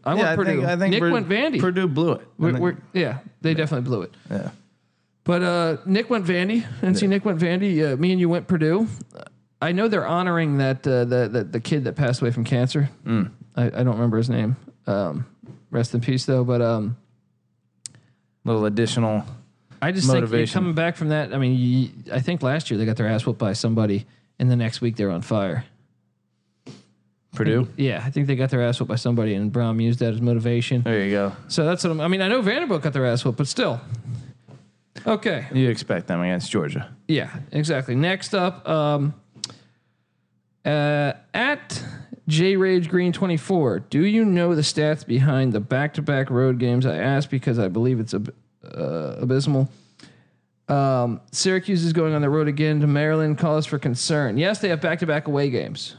Speaker 1: I
Speaker 3: yeah,
Speaker 1: went
Speaker 3: I
Speaker 1: Purdue.
Speaker 3: think I think
Speaker 1: Nick
Speaker 3: Pur-
Speaker 1: went Vandy.
Speaker 3: Purdue blew it.
Speaker 1: We're-
Speaker 3: I think-
Speaker 1: we're- yeah, they definitely blew it.
Speaker 3: yeah,
Speaker 1: But uh, Nick went Vandy. NC Nick went Vandy. Uh, me and you went Purdue. I know they're honoring that uh, the, the the kid that passed away from cancer. I, I don't remember his name. Um, rest in peace, though. But um,
Speaker 3: little additional.
Speaker 1: I just think
Speaker 3: Motivation.
Speaker 1: you're coming back from that. I mean, you, I think last year they got their ass whooped by somebody, and the next week they're on fire.
Speaker 3: Purdue.
Speaker 1: Yeah, I think they got their ass whooped by somebody, and Brown used that as motivation.
Speaker 3: There you go.
Speaker 1: So that's what I'm, I mean. I know Vanderbilt got their ass whooped, but still. Okay.
Speaker 3: You expect them against Georgia.
Speaker 1: Yeah, exactly. Next up, um, uh, at J Rage Green twenty four. Do you know the stats behind the back to back road games? I asked because I believe it's ab- uh, abysmal. Um, Syracuse is going on the road again to Maryland. Cause for concern. Yes, they have back to back away games.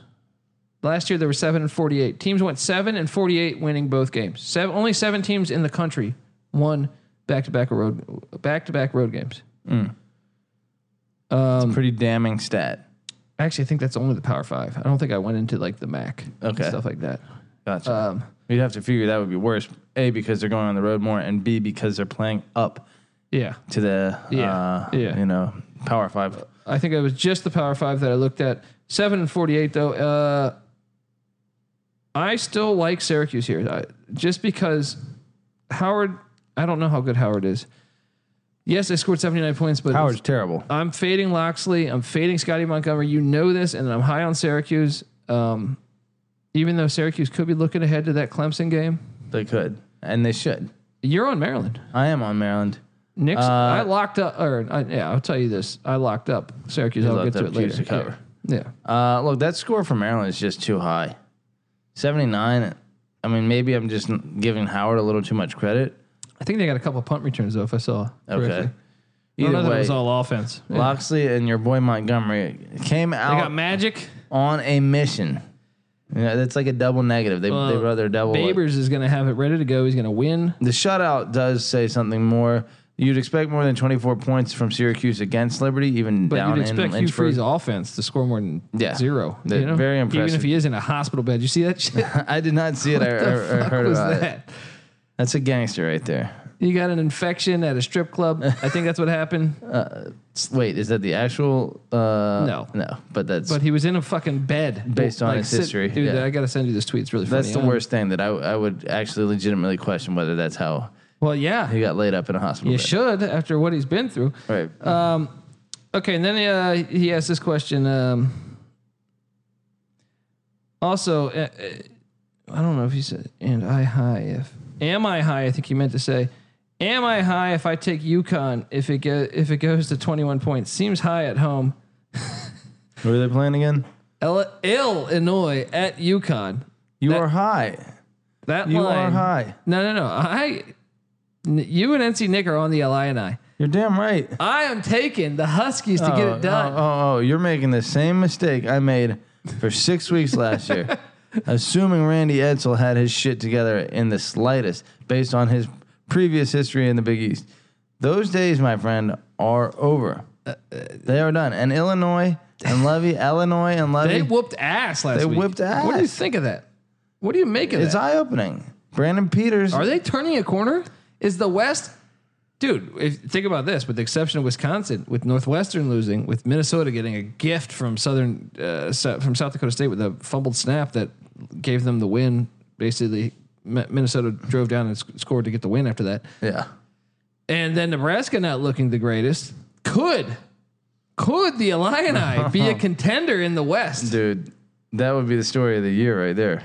Speaker 1: Last year they were seven and forty eight. Teams went seven and forty eight, winning both games. Seven, only seven teams in the country won back to back road back to back road games.
Speaker 3: Pretty damning stat.
Speaker 1: Actually, I think that's only the Power Five. I don't think I went into like the MAC, and
Speaker 3: Okay.
Speaker 1: stuff like that.
Speaker 3: Gotcha.
Speaker 1: Um,
Speaker 3: You'd have to figure that would be worse. A because they're going on the road more, and B because they're playing up
Speaker 1: yeah,
Speaker 3: to the
Speaker 1: Yeah.
Speaker 3: uh,
Speaker 1: Yeah.
Speaker 3: you know Power Five.
Speaker 1: I think it was just the Power Five that I looked at. Seven and forty-eight, though. Uh, I still like Syracuse here, I, just because Howard. I don't know how good Howard is. Yes, they scored seventy-nine points, but
Speaker 3: Howard's terrible.
Speaker 1: I'm fading Loxley. I'm fading Scotty Montgomery. You know this, and I'm high on Syracuse. Um, even though Syracuse could be looking ahead to that Clemson game,
Speaker 3: They could and they should.
Speaker 1: you're on Maryland.
Speaker 3: I am on Maryland.
Speaker 1: Nick's.
Speaker 3: Uh,
Speaker 1: I locked up, or I, yeah, I'll tell you this. I locked up Syracuse. I'll
Speaker 3: locked
Speaker 1: get to
Speaker 3: up
Speaker 1: it later.
Speaker 3: Chiefs to cover.
Speaker 1: Yeah. Yeah.
Speaker 3: Uh, look, that score for Maryland is just too high. Seventy nine. I mean, maybe I'm just giving Howard a little too much credit.
Speaker 1: I think they got a couple punt returns though. If I saw correctly.
Speaker 3: Okay.
Speaker 1: I don't know
Speaker 3: Either
Speaker 1: that it
Speaker 3: way,
Speaker 1: was all offense. Yeah.
Speaker 3: Loxley and your boy Montgomery came
Speaker 1: They
Speaker 3: out
Speaker 1: got Magic.
Speaker 3: on a mission. You know, that's like a double negative. They they
Speaker 1: Well,
Speaker 3: rather double.
Speaker 1: Babers is going to have it ready to go. He's going to win.
Speaker 3: the shutout does say something more. You'd expect more than 24 points from Syracuse against Liberty, even
Speaker 1: But
Speaker 3: down
Speaker 1: you'd
Speaker 3: in
Speaker 1: expect Hugh
Speaker 3: Lynchburg.
Speaker 1: Freeze offense to score more than
Speaker 3: Yeah.
Speaker 1: zero.
Speaker 3: They're
Speaker 1: you know?
Speaker 3: very
Speaker 1: Even
Speaker 3: impressive.
Speaker 1: if he is in a hospital bed, you see that shit. What
Speaker 3: I did not see it. I, I- I
Speaker 1: the fuck
Speaker 3: heard
Speaker 1: was
Speaker 3: about it.
Speaker 1: that?
Speaker 3: That's a gangster right there.
Speaker 1: You got an infection at a strip club. I think that's what happened.
Speaker 3: S- Uh, Wait, is that the actual? Uh,
Speaker 1: No.
Speaker 3: no. But that's
Speaker 1: But he was in a fucking bed
Speaker 3: Based on his
Speaker 1: sit-
Speaker 3: history,
Speaker 1: Dude,
Speaker 3: yeah.
Speaker 1: I got to send you this tweet. It's really funny.
Speaker 3: that's the
Speaker 1: Um,
Speaker 3: worst thing that I I would actually legitimately question whether that's how
Speaker 1: Well, yeah.
Speaker 3: he got laid up in a hospital.
Speaker 1: You
Speaker 3: bed.
Speaker 1: should after what he's been through. Um,
Speaker 3: Right.
Speaker 1: Okay, and then uh, he asked this question. Um, also, uh, uh, I don't know if he said, "And I high if am I high?" I think he meant to say, "Am I high if I take UConn if it go, if it goes to twenty one points?" Seems high at home.
Speaker 3: Who are they playing again?
Speaker 1: Ill- Illinois at UConn.
Speaker 3: You
Speaker 1: That-
Speaker 3: are high.
Speaker 1: That
Speaker 3: You
Speaker 1: line,
Speaker 3: are high.
Speaker 1: No, no, no. I, n- you and NC Nick are on the Illini.
Speaker 3: You're damn right.
Speaker 1: I am taking the Huskies to get
Speaker 3: Oh,
Speaker 1: it done.
Speaker 3: Oh, oh, oh, you're making the same mistake I made for six weeks last year, assuming Randy Edsel had his shit together in the slightest, based on his previous history in the Big East. Those days, my friend, are over.
Speaker 1: Uh,
Speaker 3: They are done. And Illinois and Levy, Illinois and Levy,
Speaker 1: They whooped ass last
Speaker 3: They
Speaker 1: week.
Speaker 3: whipped
Speaker 1: What do you
Speaker 3: ass.
Speaker 1: think of that? What do you make of
Speaker 3: it's
Speaker 1: that?
Speaker 3: eye opening. Brandon Peters,
Speaker 1: Are they turning a corner? Is the West, dude? If, think about this. With the exception of Wisconsin, with Northwestern losing, with Minnesota getting a gift from Southern uh, so- from South Dakota State with a fumbled snap that gave them the win. Basically, Mi- Minnesota drove down and sc- scored to get the win after that.
Speaker 3: yeah,
Speaker 1: And then Nebraska not looking the greatest. Could could the Illini be a contender in the West?
Speaker 3: dude, that would be the story of the year right there.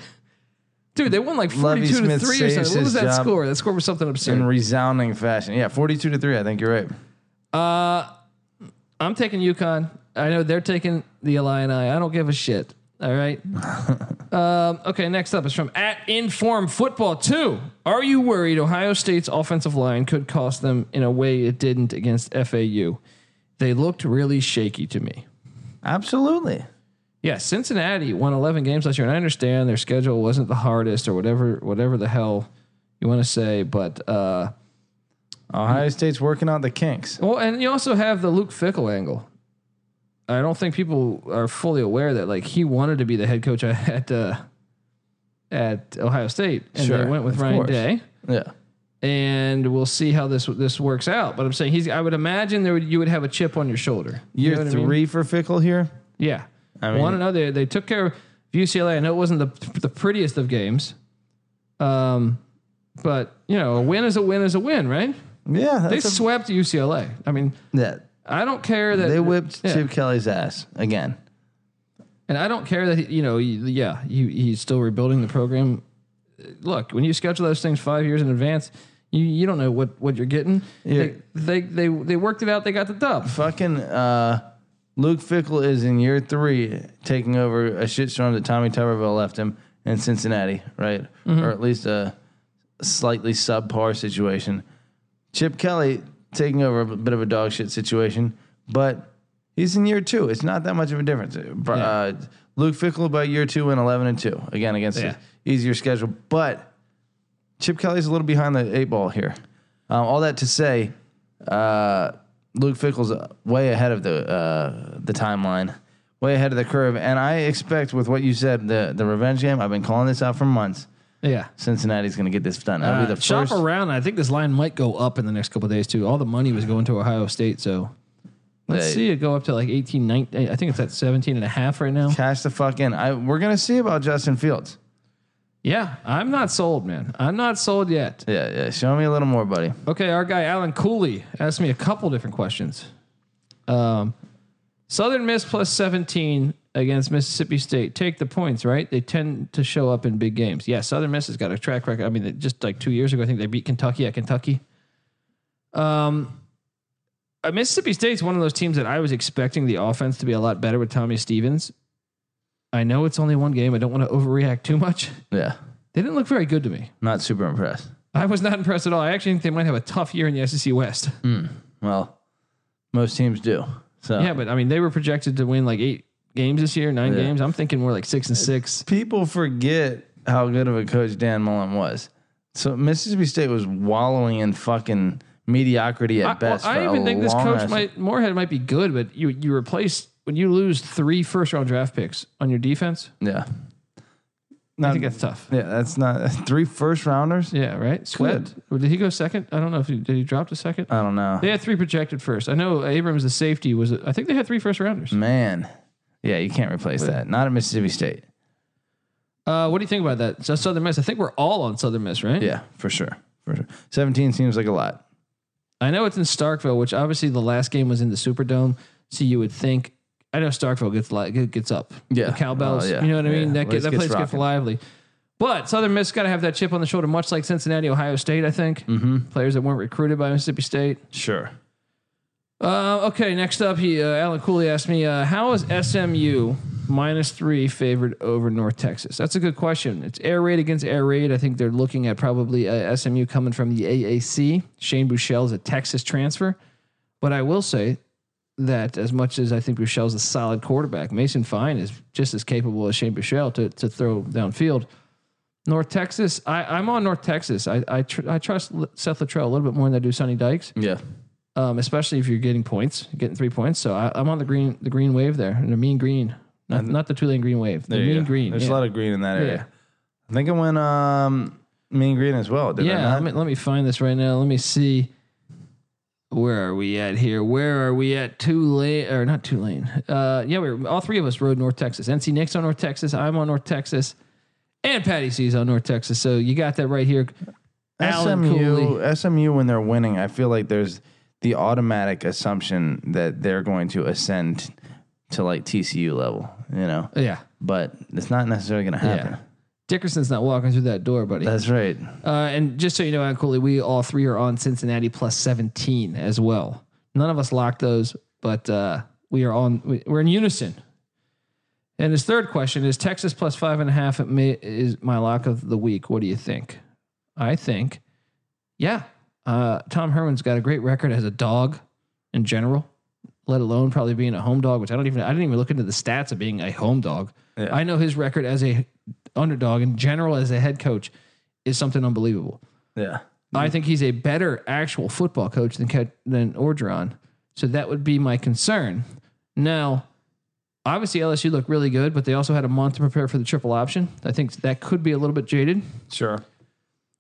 Speaker 1: Dude, they won like
Speaker 3: Lovie
Speaker 1: forty-two to
Speaker 3: Smith
Speaker 1: three or
Speaker 3: saves
Speaker 1: something. What was
Speaker 3: his
Speaker 1: that
Speaker 3: job.
Speaker 1: score? That score was something absurd.
Speaker 3: In resounding fashion, yeah, forty-two to three. I think you're right.
Speaker 1: I'm taking UConn. I know they're taking the Illini. I don't give a shit. All right. um, okay. Next up is from at Inform Football Two. Are you worried Ohio State's offensive line could cost them in a way it didn't against FAU? They looked really shaky to me.
Speaker 3: Absolutely.
Speaker 1: Yeah, Cincinnati won 11 games last year, and I understand their schedule wasn't the hardest or whatever, whatever the hell you want to say, but. Uh,
Speaker 3: Ohio State's working out the kinks.
Speaker 1: Well, and you also have the Luke Fickle angle. I don't think people are fully aware that like he wanted to be the head coach at uh, at Ohio State, and they
Speaker 3: Sure,
Speaker 1: went with
Speaker 3: of
Speaker 1: Ryan
Speaker 3: course.
Speaker 1: Day.
Speaker 3: Yeah.
Speaker 1: And we'll see how this this works out. But I'm saying he's. I would imagine there would, you would have a chip on your shoulder. You
Speaker 3: Year
Speaker 1: know what I mean?
Speaker 3: three for Fickle here.
Speaker 1: Yeah.
Speaker 3: mean-
Speaker 1: One another. They took care of UCLA. I know it wasn't the the prettiest of games. Um, but you know, a win is a win is a win, right?
Speaker 3: Yeah.
Speaker 1: They
Speaker 3: That's a,
Speaker 1: swept UCLA. I mean,
Speaker 3: that.
Speaker 1: I don't care that
Speaker 3: They whipped
Speaker 1: Yeah.
Speaker 3: Chip Kelly's ass again.
Speaker 1: And I don't care that he, you know, he, yeah, he, he's still rebuilding the program. Uh, Look, when you schedule those things five years in advance, you, you don't know what, what you're getting.
Speaker 3: Yeah.
Speaker 1: They, they they they worked it out. They got the dub.
Speaker 3: Fucking uh, Luke Fickle is in year three taking over a shitstorm that Tommy Tuberville left him in Cincinnati, right? Or at least uh, a slightly subpar situation. Chip Kelly taking over a bit of a dog shit situation, but he's in year two. It's not that much of a difference. Uh, Luke Fickle by year two and eleven and two again against
Speaker 1: Yeah.
Speaker 3: an easier schedule, but Chip Kelly's a little behind the eight ball here. Um, all that to say, uh, Luke Fickle's way ahead of the uh, the timeline, way ahead of the curve, and I expect with what you said, the the revenge game. I've been calling this out for months.
Speaker 1: Yeah. Uh,
Speaker 3: Cincinnati's going to get this done. That'll be the
Speaker 1: shop
Speaker 3: first.
Speaker 1: around. I think this line might go up in the next couple of days too. All the money was going to Ohio State, so let's
Speaker 3: They-
Speaker 1: see it go up to like 18, 19, I think it's at 17 and a half right now.
Speaker 3: Cash the fuck in. I, we're going to see about Justin Fields.
Speaker 1: Yeah, I'm not sold, man. I'm not sold yet.
Speaker 3: Yeah, yeah. Show me a little more, buddy.
Speaker 1: Okay, our guy Alan Cooley asked me a couple different questions. Um, Southern Miss plus 17 against Mississippi State. Take the points, right? They tend to show up in big games. Yeah, Southern Miss has got a track record. I mean, they- just like two years ago, I think they beat Kentucky at Kentucky. Um, uh, Mississippi State's one of those teams that I was expecting the offense to be a lot better with Tommy Stevens. I know it's only one game. I don't want to overreact too much.
Speaker 3: Yeah,
Speaker 1: They didn't look very good to me.
Speaker 3: not super impressed.
Speaker 1: I was not impressed at all. I actually think they might have a tough year in the SEC West.
Speaker 3: Well, most teams do. So
Speaker 1: Yeah, but I mean, they were projected to win like eight games this year, nine
Speaker 3: Yeah.
Speaker 1: games. I'm thinking more like six and six.
Speaker 3: people forget how good of a coach Dan Mullen was. So Mississippi State was wallowing in fucking mediocrity at
Speaker 1: I, well,
Speaker 3: best.
Speaker 1: I
Speaker 3: for a
Speaker 1: even think this
Speaker 3: long
Speaker 1: coach
Speaker 3: ass-
Speaker 1: might Moorhead might be good, but you you replace when you lose three first round draft picks on your defense.
Speaker 3: Yeah.
Speaker 1: I
Speaker 3: Not,
Speaker 1: think that's tough.
Speaker 3: yeah, that's not three first rounders.
Speaker 1: Yeah, right. Sweat. Well, Did he go second? I don't know if he did. He drop to second.
Speaker 3: I don't know,
Speaker 1: They had three projected first. I know Abrams, the safety, was. I think they had three first
Speaker 3: Hmm.
Speaker 1: rounders.
Speaker 3: man. Yeah, you can't replace that. Not at Mississippi State.
Speaker 1: Uh, what do you think about that? So Southern Miss. I think we're all on Southern Miss, right?
Speaker 3: Yeah, for sure. For sure. Seventeen seems like a lot.
Speaker 1: I know it's in Starkville, which obviously the last game was in the Superdome. So you would think, I know Starkville gets li- get- gets up.
Speaker 3: Yeah.
Speaker 1: The cowbells.
Speaker 3: Oh, yeah.
Speaker 1: You know what I
Speaker 3: Yeah.
Speaker 1: mean? That, get,
Speaker 3: Place
Speaker 1: that
Speaker 3: gets
Speaker 1: place gets
Speaker 3: rocking.
Speaker 1: lively. But Southern Miss got to have that chip on the shoulder, much like Cincinnati, Ohio State, I think. Mm-hmm. Players that weren't recruited by Mississippi State.
Speaker 3: Sure.
Speaker 1: Uh, okay, next up, he uh, Alan Cooley asked me, uh, "How is SMU minus three favored over North Texas?" That's a good question. It's air raid against air raid. I think they're looking at probably uh, SMU coming from the AAC. Shane Bouchel is a Texas transfer. But I will say that as much as I think Bouchelle's a solid quarterback, Mason Fine is just as capable as Shane Bouchelle to, to throw downfield. North Texas, I, I'm on North Texas. I I, tr- I trust L- Seth Luttrell a little bit more than I do Sonny Dykes,
Speaker 3: Yeah.
Speaker 1: um, especially if you're getting points, you're getting three points. So I, I'm on the green the green wave there, and the mean green, not, not the two lane green wave, the
Speaker 3: There you
Speaker 1: mean
Speaker 3: go.
Speaker 1: green.
Speaker 3: There's
Speaker 1: yeah.
Speaker 3: a lot of green in that area.
Speaker 1: Yeah.
Speaker 3: I think I went um, mean green as well. Did I
Speaker 1: Yeah,
Speaker 3: not?
Speaker 1: let me, let me find this right now. Let me see. Where are we at here? Where are we at? Tulane or not Tulane? Uh, yeah, we were, all three of us rode North Texas. NC Nick's on North Texas. I'm on North Texas, and Patty C's on North Texas. So you got that right here. Alan Cooley.
Speaker 3: SMU, SMU, when they're winning, I feel like there's the automatic assumption that they're going to ascend to like TCU level, you know.
Speaker 1: Yeah,
Speaker 3: But it's not necessarily going to happen.
Speaker 1: yeah. Dickerson's not walking through that door, buddy.
Speaker 3: That's right.
Speaker 1: Uh, and just so you know, Alan Cooley, we all three are on Cincinnati plus 17 as well. None of us locked those, but uh, we are on. we- We're in unison. And his third question is Texas plus five and a half at mi- is my lock of the week. What do you think? I think, yeah, uh, Tom Herman's got a great record as a dog in general, let alone probably being a home dog, which I don't even I didn't even look into the stats of being a home dog. I know his record as a underdog in general as a head coach is something unbelievable.
Speaker 3: Yeah.
Speaker 1: I think he's a better actual football coach than Ke- than Orgeron. So that would be my concern. Now, obviously LSU looked really good, but they also had a month to prepare for the triple option. I think that could be a little bit jaded,
Speaker 3: Sure.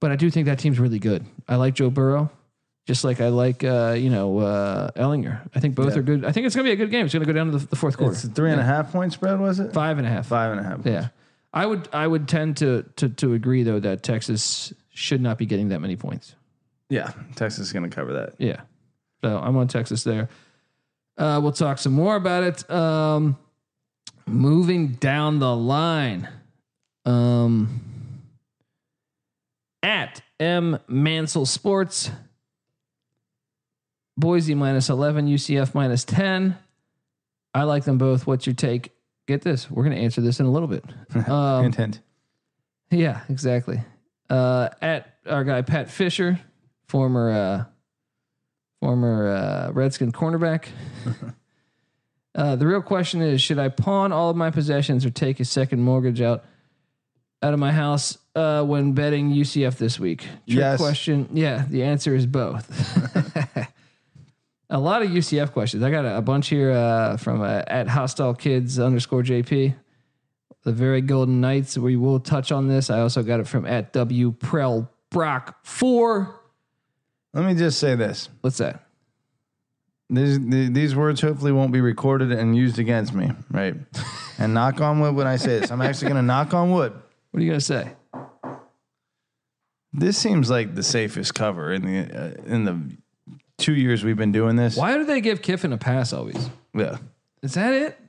Speaker 1: but I do think that team's really good. I like Joe Burrow, just like I like uh, you know uh, Ellinger. I think both
Speaker 3: Yeah.
Speaker 1: are good. I think it's gonna be a good game. It's gonna go down to the, the fourth quarter,
Speaker 3: It's a three and a half point spread, was it?
Speaker 1: five and a half.
Speaker 3: Five and a half.
Speaker 1: Yeah, I would I would tend to to to agree though that Texas should not be getting that many points.
Speaker 3: Yeah. Texas is going to cover that.
Speaker 1: Yeah. So I'm on Texas there. Uh, we'll talk some more about it. Um, moving down the line. Um, at M Mansell Sports, Boise minus 11, UCF minus 10. I like them both. What's your take? Get this. We're going to answer this in a little bit. Um,
Speaker 3: hint, hint.
Speaker 1: yeah, exactly. Uh, at our guy Pat Fisher, former uh, former uh, Redskin cornerback. uh, the real question is: Should I pawn all of my possessions or take a second mortgage out out of my house uh, when betting UCF this week? Trick
Speaker 3: Yes.
Speaker 1: Question. Yeah, the answer is both. a lot of UCF questions. I got a, a bunch here uh, from uh, at hostile kids underscore JP the very Golden Knights. We will touch on this. I also got it from at W Prell Brock four.
Speaker 3: Let me just say this.
Speaker 1: What's that?
Speaker 3: These, the- these words hopefully won't be recorded and used against me, right? and knock on wood when I say this. I'm actually going to knock on wood.
Speaker 1: What are you gonna say?
Speaker 3: This seems like the safest cover in the uh, in the two years we've been doing this.
Speaker 1: Why do they give Kiffin a pass always?
Speaker 3: Yeah,
Speaker 1: Is that it?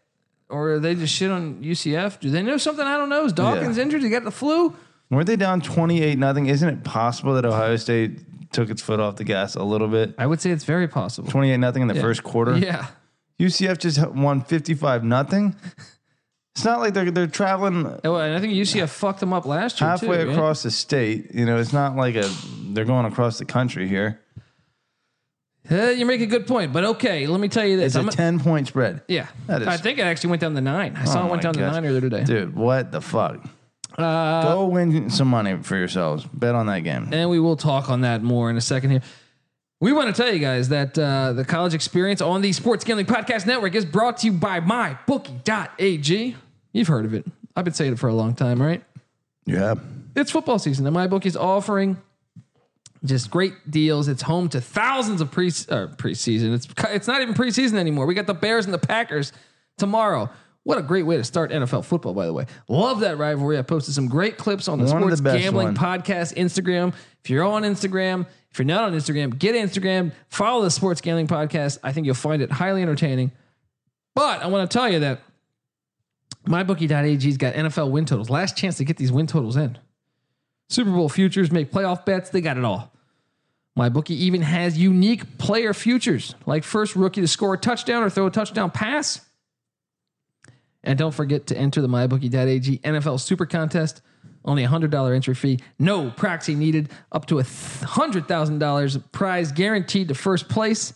Speaker 1: Or are they just shit on UCF? Do they know something I don't know? Is Dawkins
Speaker 3: Yeah.
Speaker 1: injured? He got the flu?
Speaker 3: weren't they down twenty eight nothing? Isn't it possible that Ohio State took its foot off the gas a little bit?
Speaker 1: I would say it's very possible.
Speaker 3: Twenty eight nothing in the first quarter.
Speaker 1: Yeah.
Speaker 3: UCF just won fifty five nothing. It's not like they're they're traveling
Speaker 1: Oh, and I think UCF fucked them up last year.
Speaker 3: halfway
Speaker 1: too, right?
Speaker 3: across the state. You know, it's not like a they're going across the country here.
Speaker 1: Eh, you make a good point, but okay, let me tell you this.
Speaker 3: It's a
Speaker 1: I'm a-
Speaker 3: ten point spread.
Speaker 1: yeah.
Speaker 3: That is-
Speaker 1: I think it actually went down to nine. I saw
Speaker 3: Oh
Speaker 1: it went
Speaker 3: my
Speaker 1: down to
Speaker 3: gosh.
Speaker 1: nine earlier today.
Speaker 3: Dude, what the fuck?
Speaker 1: Uh,
Speaker 3: Go win some money for yourselves. Bet on that game.
Speaker 1: and we will talk on that more in a second here. We want to tell you guys that uh, the college experience on the Sports Gambling Podcast Network is brought to you by mybookie.ag. You've heard of it. I've been saying it for a long time, right?
Speaker 3: Yeah.
Speaker 1: It's football season, and MyBookie is offering just great deals. It's home to thousands of pre or preseason. It's it's not even preseason anymore. We got the Bears and the Packers tomorrow. What a great way to start NFL football, by the way. Love that rivalry. I posted some great clips on the
Speaker 3: One of the
Speaker 1: Sports
Speaker 3: best
Speaker 1: Gambling
Speaker 3: ones.
Speaker 1: Podcast Instagram. If you're on Instagram, if you're not on Instagram, get Instagram. Follow the Sports Gambling Podcast. I think you'll find it highly entertaining. But I want to tell you that mybookie.ag's got NFL win totals. Last chance to get these win totals in. Super Bowl futures, make playoff bets. They got it all. My bookie even has unique player futures, like first rookie to score a touchdown or throw a touchdown pass. And don't forget to enter the MyBookie.ag NFL Super Contest. Only a hundred dollar entry fee, no proxy needed. Up to a hundred thousand dollars prize guaranteed to first place.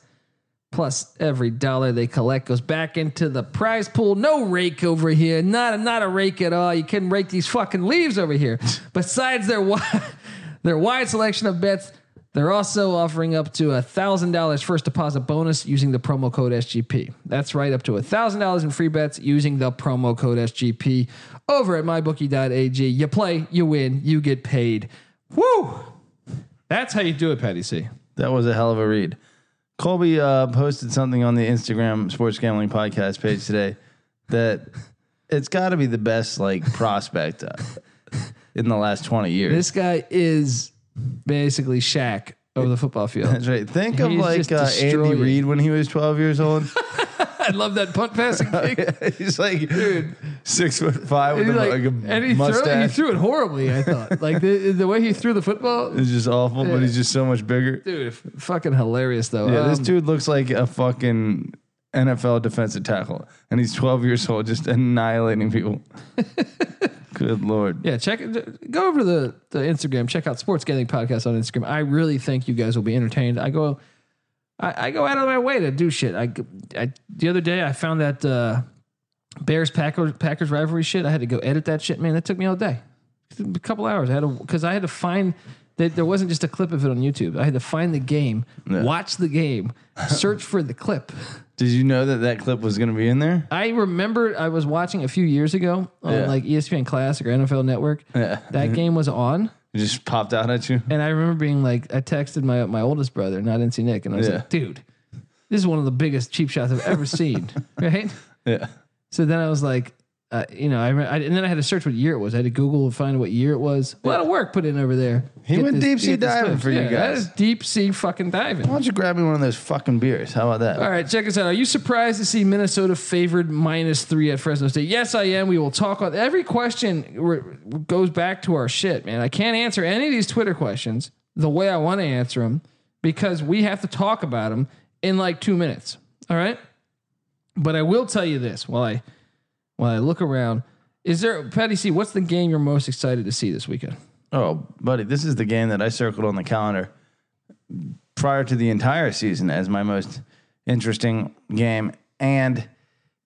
Speaker 1: Plus, every dollar they collect goes back into the prize pool. No rake over here. Not a, not a rake at all. You couldn't rake these fucking leaves over here. Besides their wide, their wide selection of bets, they're also offering up to a thousand dollars first deposit bonus using the promo code SGP. That's right, up to a thousand dollars in free bets using the promo code SGP over at mybookie.ag. You play, you win, you get paid. Woo! That's how you do it, Patty C.
Speaker 3: That was a hell of a read. Colby uh, posted something on the Instagram Sports Gambling Podcast page today that it's got to be the best like prospect uh, in the last twenty years.
Speaker 1: This guy is basically Shaq over the football field.
Speaker 3: That's right. Think of
Speaker 1: He's
Speaker 3: like
Speaker 1: just
Speaker 3: uh, Andy
Speaker 1: destroying-
Speaker 3: Reid when he was twelve years old.
Speaker 1: I love that punt passing thing.
Speaker 3: He's like six foot five with
Speaker 1: And, he,
Speaker 3: a,
Speaker 1: like,
Speaker 3: like a
Speaker 1: and he, threw, he
Speaker 3: mustache.
Speaker 1: threw it horribly, I thought. Like the, the way he threw the football,
Speaker 3: It's just awful, but he's just so much bigger.
Speaker 1: dude, f- fucking hilarious though.
Speaker 3: Yeah, this
Speaker 1: Um,
Speaker 3: dude looks like a fucking NFL defensive tackle, and he's 12 years old, just annihilating people. Good lord.
Speaker 1: Yeah, check go over to the, the Instagram, check out Sports Gambling Podcast on Instagram. I really think you guys will be entertained. I go I, I go out of my way to do shit. I, g- I- the other day I found that uh, Bears Packers Packers rivalry shit. I had to go edit that shit, man. That took me all day. A couple hours. I had to because I had to find that there wasn't just a clip of it on YouTube. I had to find the game, watch the game, search for the clip.
Speaker 3: Did you know that that clip was going to be in there?
Speaker 1: I remember I was watching a few years ago on
Speaker 3: Yeah.
Speaker 1: like E ESPN Classic or NFL Network.
Speaker 3: Yeah. Mm-hmm.
Speaker 1: That game was on.
Speaker 3: It just popped out at you?
Speaker 1: And I remember being like, I texted my my oldest brother, not NC Nick, and I was
Speaker 3: Yeah.
Speaker 1: like, dude, this is one of the biggest cheap shots I've ever seen, right?
Speaker 3: Yeah.
Speaker 1: So then I was like, uh, you know, I, re- I and then I had to search what year it was. I had to Google and find what year it was. A lot of work put in over there.
Speaker 3: He
Speaker 1: Get
Speaker 3: went deep sea
Speaker 1: get this
Speaker 3: diving
Speaker 1: stuff.
Speaker 3: for you
Speaker 1: Yeah, that
Speaker 3: guys.
Speaker 1: is deep sea fucking diving.
Speaker 3: Why don't you grab me one of those fucking beers? How about that?
Speaker 1: All right, check us out. Are you surprised to see Minnesota favored minus three at Fresno State? Yes, I am. We will talk on every question re- goes back to our shit, man. I can't answer any of these Twitter questions the way I want to answer them because we have to talk about them in like two minutes. All right, but I will tell you this while I while I look around. Is there Patty C? What's the game you're most excited to see this weekend?
Speaker 3: Oh, buddy, this is the game that I circled on the calendar prior to the entire season as my most interesting game, and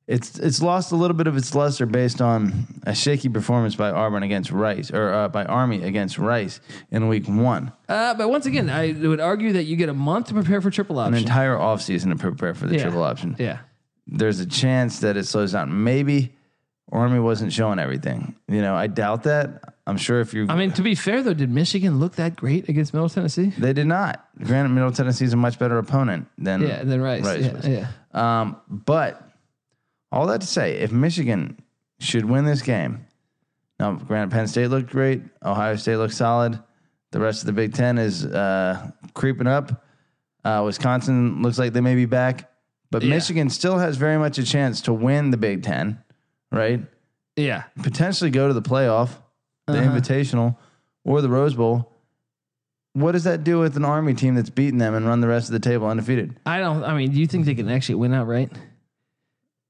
Speaker 3: it's it's lost a little bit of its luster based on a shaky performance by Auburn against Rice or uh, by Army against Rice in Week One.
Speaker 1: Uh, but once again, I would argue that you get a month to prepare for triple
Speaker 3: An
Speaker 1: option.
Speaker 3: entire offseason to prepare for the
Speaker 1: Yeah.
Speaker 3: triple option.
Speaker 1: Yeah.
Speaker 3: There's a chance that it slows down. Maybe Army wasn't showing everything. You know, I doubt that. I'm sure if you
Speaker 1: I mean, to be fair though, did Michigan look that great against Middle Tennessee?
Speaker 3: They did not. Granted, Middle Tennessee is a much better opponent than
Speaker 1: Yeah, than Rice. yeah,
Speaker 3: was.
Speaker 1: yeah.
Speaker 3: Um, but all that to say, if Michigan should win this game, now granted, Penn State looked great, Ohio State looked solid, the rest of the Big Ten is uh, creeping up. Uh, Wisconsin looks like they may be back, but Michigan still has very much a chance to win the Big Ten, right?
Speaker 1: Yeah.
Speaker 3: Potentially go to the playoff, the
Speaker 1: Uh-huh.
Speaker 3: Invitational, or the Rose Bowl. What does that do with an Army team that's beaten them and run the rest of the table undefeated?
Speaker 1: I don't. I mean, do you think they can actually win outright?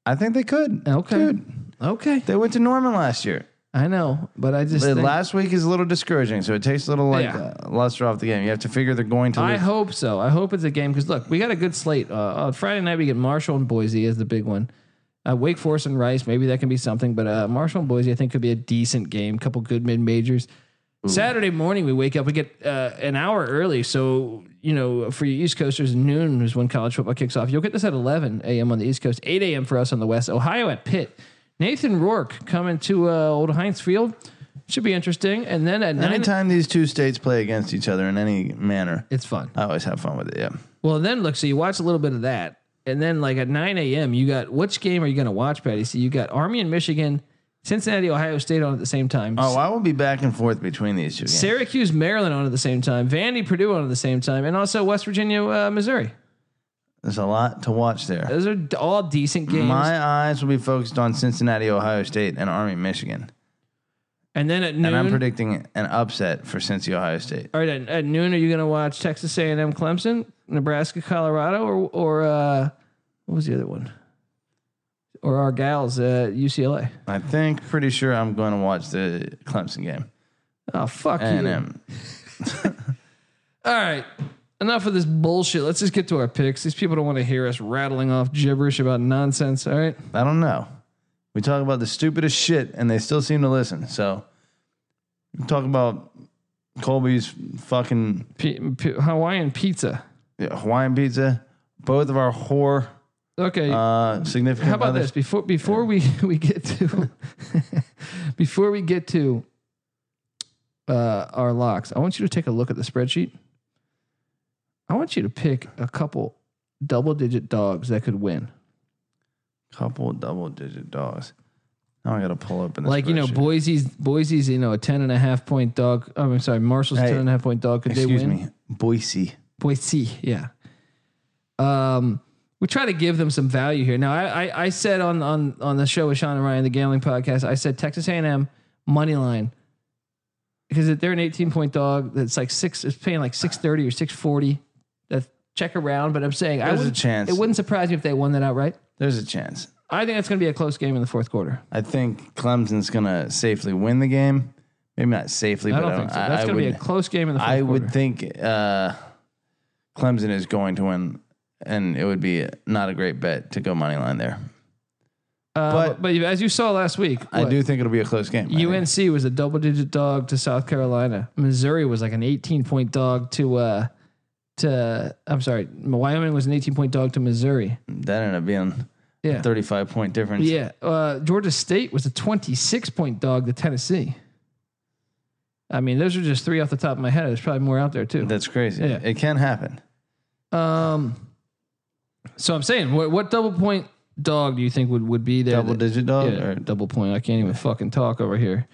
Speaker 3: I think they could.
Speaker 1: Okay.
Speaker 3: Dude,
Speaker 1: Okay.
Speaker 3: They went to Norman last year.
Speaker 1: I know, but I just
Speaker 3: The
Speaker 1: think-
Speaker 3: last week is a little discouraging, so it takes a little like
Speaker 1: Yeah.
Speaker 3: uh, luster off the game. You have to figure they're going to.
Speaker 1: I
Speaker 3: lose.
Speaker 1: hope so. I hope it's a game because look, we got a good slate. Uh, uh, Friday night we get Marshall and Boise as the big one. Uh, Wake Forest and Rice, maybe that can be something. But uh, Marshall and Boise, I think, could be a decent game. Couple good mid majors. Saturday morning we wake up. We get uh, an hour early, so you know for you East Coasters, noon is when college football kicks off. You'll get this at 11 a.m. on the East Coast, 8 a.m. for us on the West. Ohio at Pitt. Nathan Rourke coming to uh, Old Heinz Field should be interesting. And then at nine,
Speaker 3: Anytime these two states play against each other in any manner,
Speaker 1: it's fun.
Speaker 3: I always have fun with it. Yeah.
Speaker 1: Well, then look, so you watch a little bit of that, and then like at 9 a.m., you got which game are you going to watch, Patty? So you got Army and Michigan, Cincinnati, Ohio State on at the same time.
Speaker 3: Oh, I will be back and forth between these two games.
Speaker 1: Syracuse, Maryland on at the same time. Vandy, Purdue on at the same time, and also West Virginia, uh, Missouri.
Speaker 3: There's a lot to watch there.
Speaker 1: Those are d- all decent games.
Speaker 3: My eyes will be focused on Cincinnati, Ohio State, and Army, Michigan.
Speaker 1: and then at
Speaker 3: And I'm
Speaker 1: noon,
Speaker 3: predicting an upset for Cincy, Ohio State.
Speaker 1: all right, at, at noon, are you going to watch Texas A&M, Clemson, Nebraska, Colorado, or or uh, what was the other one? Or our gals uh, UCLA.
Speaker 3: I think, pretty sure I'm going to watch the Clemson game. um,
Speaker 1: Oh fuck you!
Speaker 3: A&M.
Speaker 1: All right. Enough of this bullshit. Let's just get to our picks. These people don't want to hear us rattling off gibberish about nonsense. All right.
Speaker 3: I don't know. We talk about the stupidest shit and they still seem to listen. So we talk about Colby's fucking
Speaker 1: P- P- Hawaiian pizza.
Speaker 3: Hawaiian pizza, both of our whore
Speaker 1: Okay.
Speaker 3: uh, significant
Speaker 1: How about
Speaker 3: others.
Speaker 1: this? Before before we we get to before we get to uh, our locks, I want you to take a look at the spreadsheet. I want you to pick a couple double digit dogs that could win.
Speaker 3: Couple double digit dogs. Now I got to pull up in the
Speaker 1: Like, you know,
Speaker 3: spreadsheet.
Speaker 1: Boise's Boise's, you know, a ten and a half point dog. Oh, I'm sorry, Marshall's
Speaker 3: Hey,
Speaker 1: ten and a half point dog. Could
Speaker 3: Excuse
Speaker 1: they win?
Speaker 3: me, Boise.
Speaker 1: Boise, yeah. Um, we try to give them some value here. Now, I I, I said on on on the show with Sean and Ryan, the gambling podcast, I said Texas A&M money line because if they're an eighteen point dog. That's like six. It's paying like six thirty or six forty. That check around, but I'm saying I
Speaker 3: There's a
Speaker 1: wouldn't-
Speaker 3: chance.
Speaker 1: It wouldn't surprise me if they won that outright.
Speaker 3: There's a chance.
Speaker 1: I think that's going to be a close game in the fourth quarter.
Speaker 3: I think Clemson's gonna safely win the game. Maybe not safely,
Speaker 1: I
Speaker 3: but
Speaker 1: don't think so.
Speaker 3: I,
Speaker 1: That's
Speaker 3: I
Speaker 1: going to be a
Speaker 3: would,
Speaker 1: close game in the fourth
Speaker 3: I
Speaker 1: quarter.
Speaker 3: would think uh, Clemson is going to win, and it would be not a great bet to go money line there.
Speaker 1: Uh,
Speaker 3: but-
Speaker 1: but, but as you saw last week,
Speaker 3: I
Speaker 1: what?
Speaker 3: do think it'll be a close game. I think.
Speaker 1: UNC was a double digit dog to South Carolina. Missouri was like an 18 point dog to uh to I'm sorry, Wyoming was an 18 point dog to Missouri.
Speaker 3: that ended up being
Speaker 1: Yeah.
Speaker 3: a 35 point difference.
Speaker 1: Yeah. Uh Georgia State was a 26 point dog to Tennessee. I mean, those are just three off the top of my head. There's probably more out there too.
Speaker 3: That's crazy.
Speaker 1: Yeah.
Speaker 3: It can happen.
Speaker 1: Um so I'm saying what what double point dog do you think would, would be there?
Speaker 3: Double
Speaker 1: that-
Speaker 3: digit dog.
Speaker 1: Yeah,
Speaker 3: or-
Speaker 1: double point. I can't even fucking talk over here.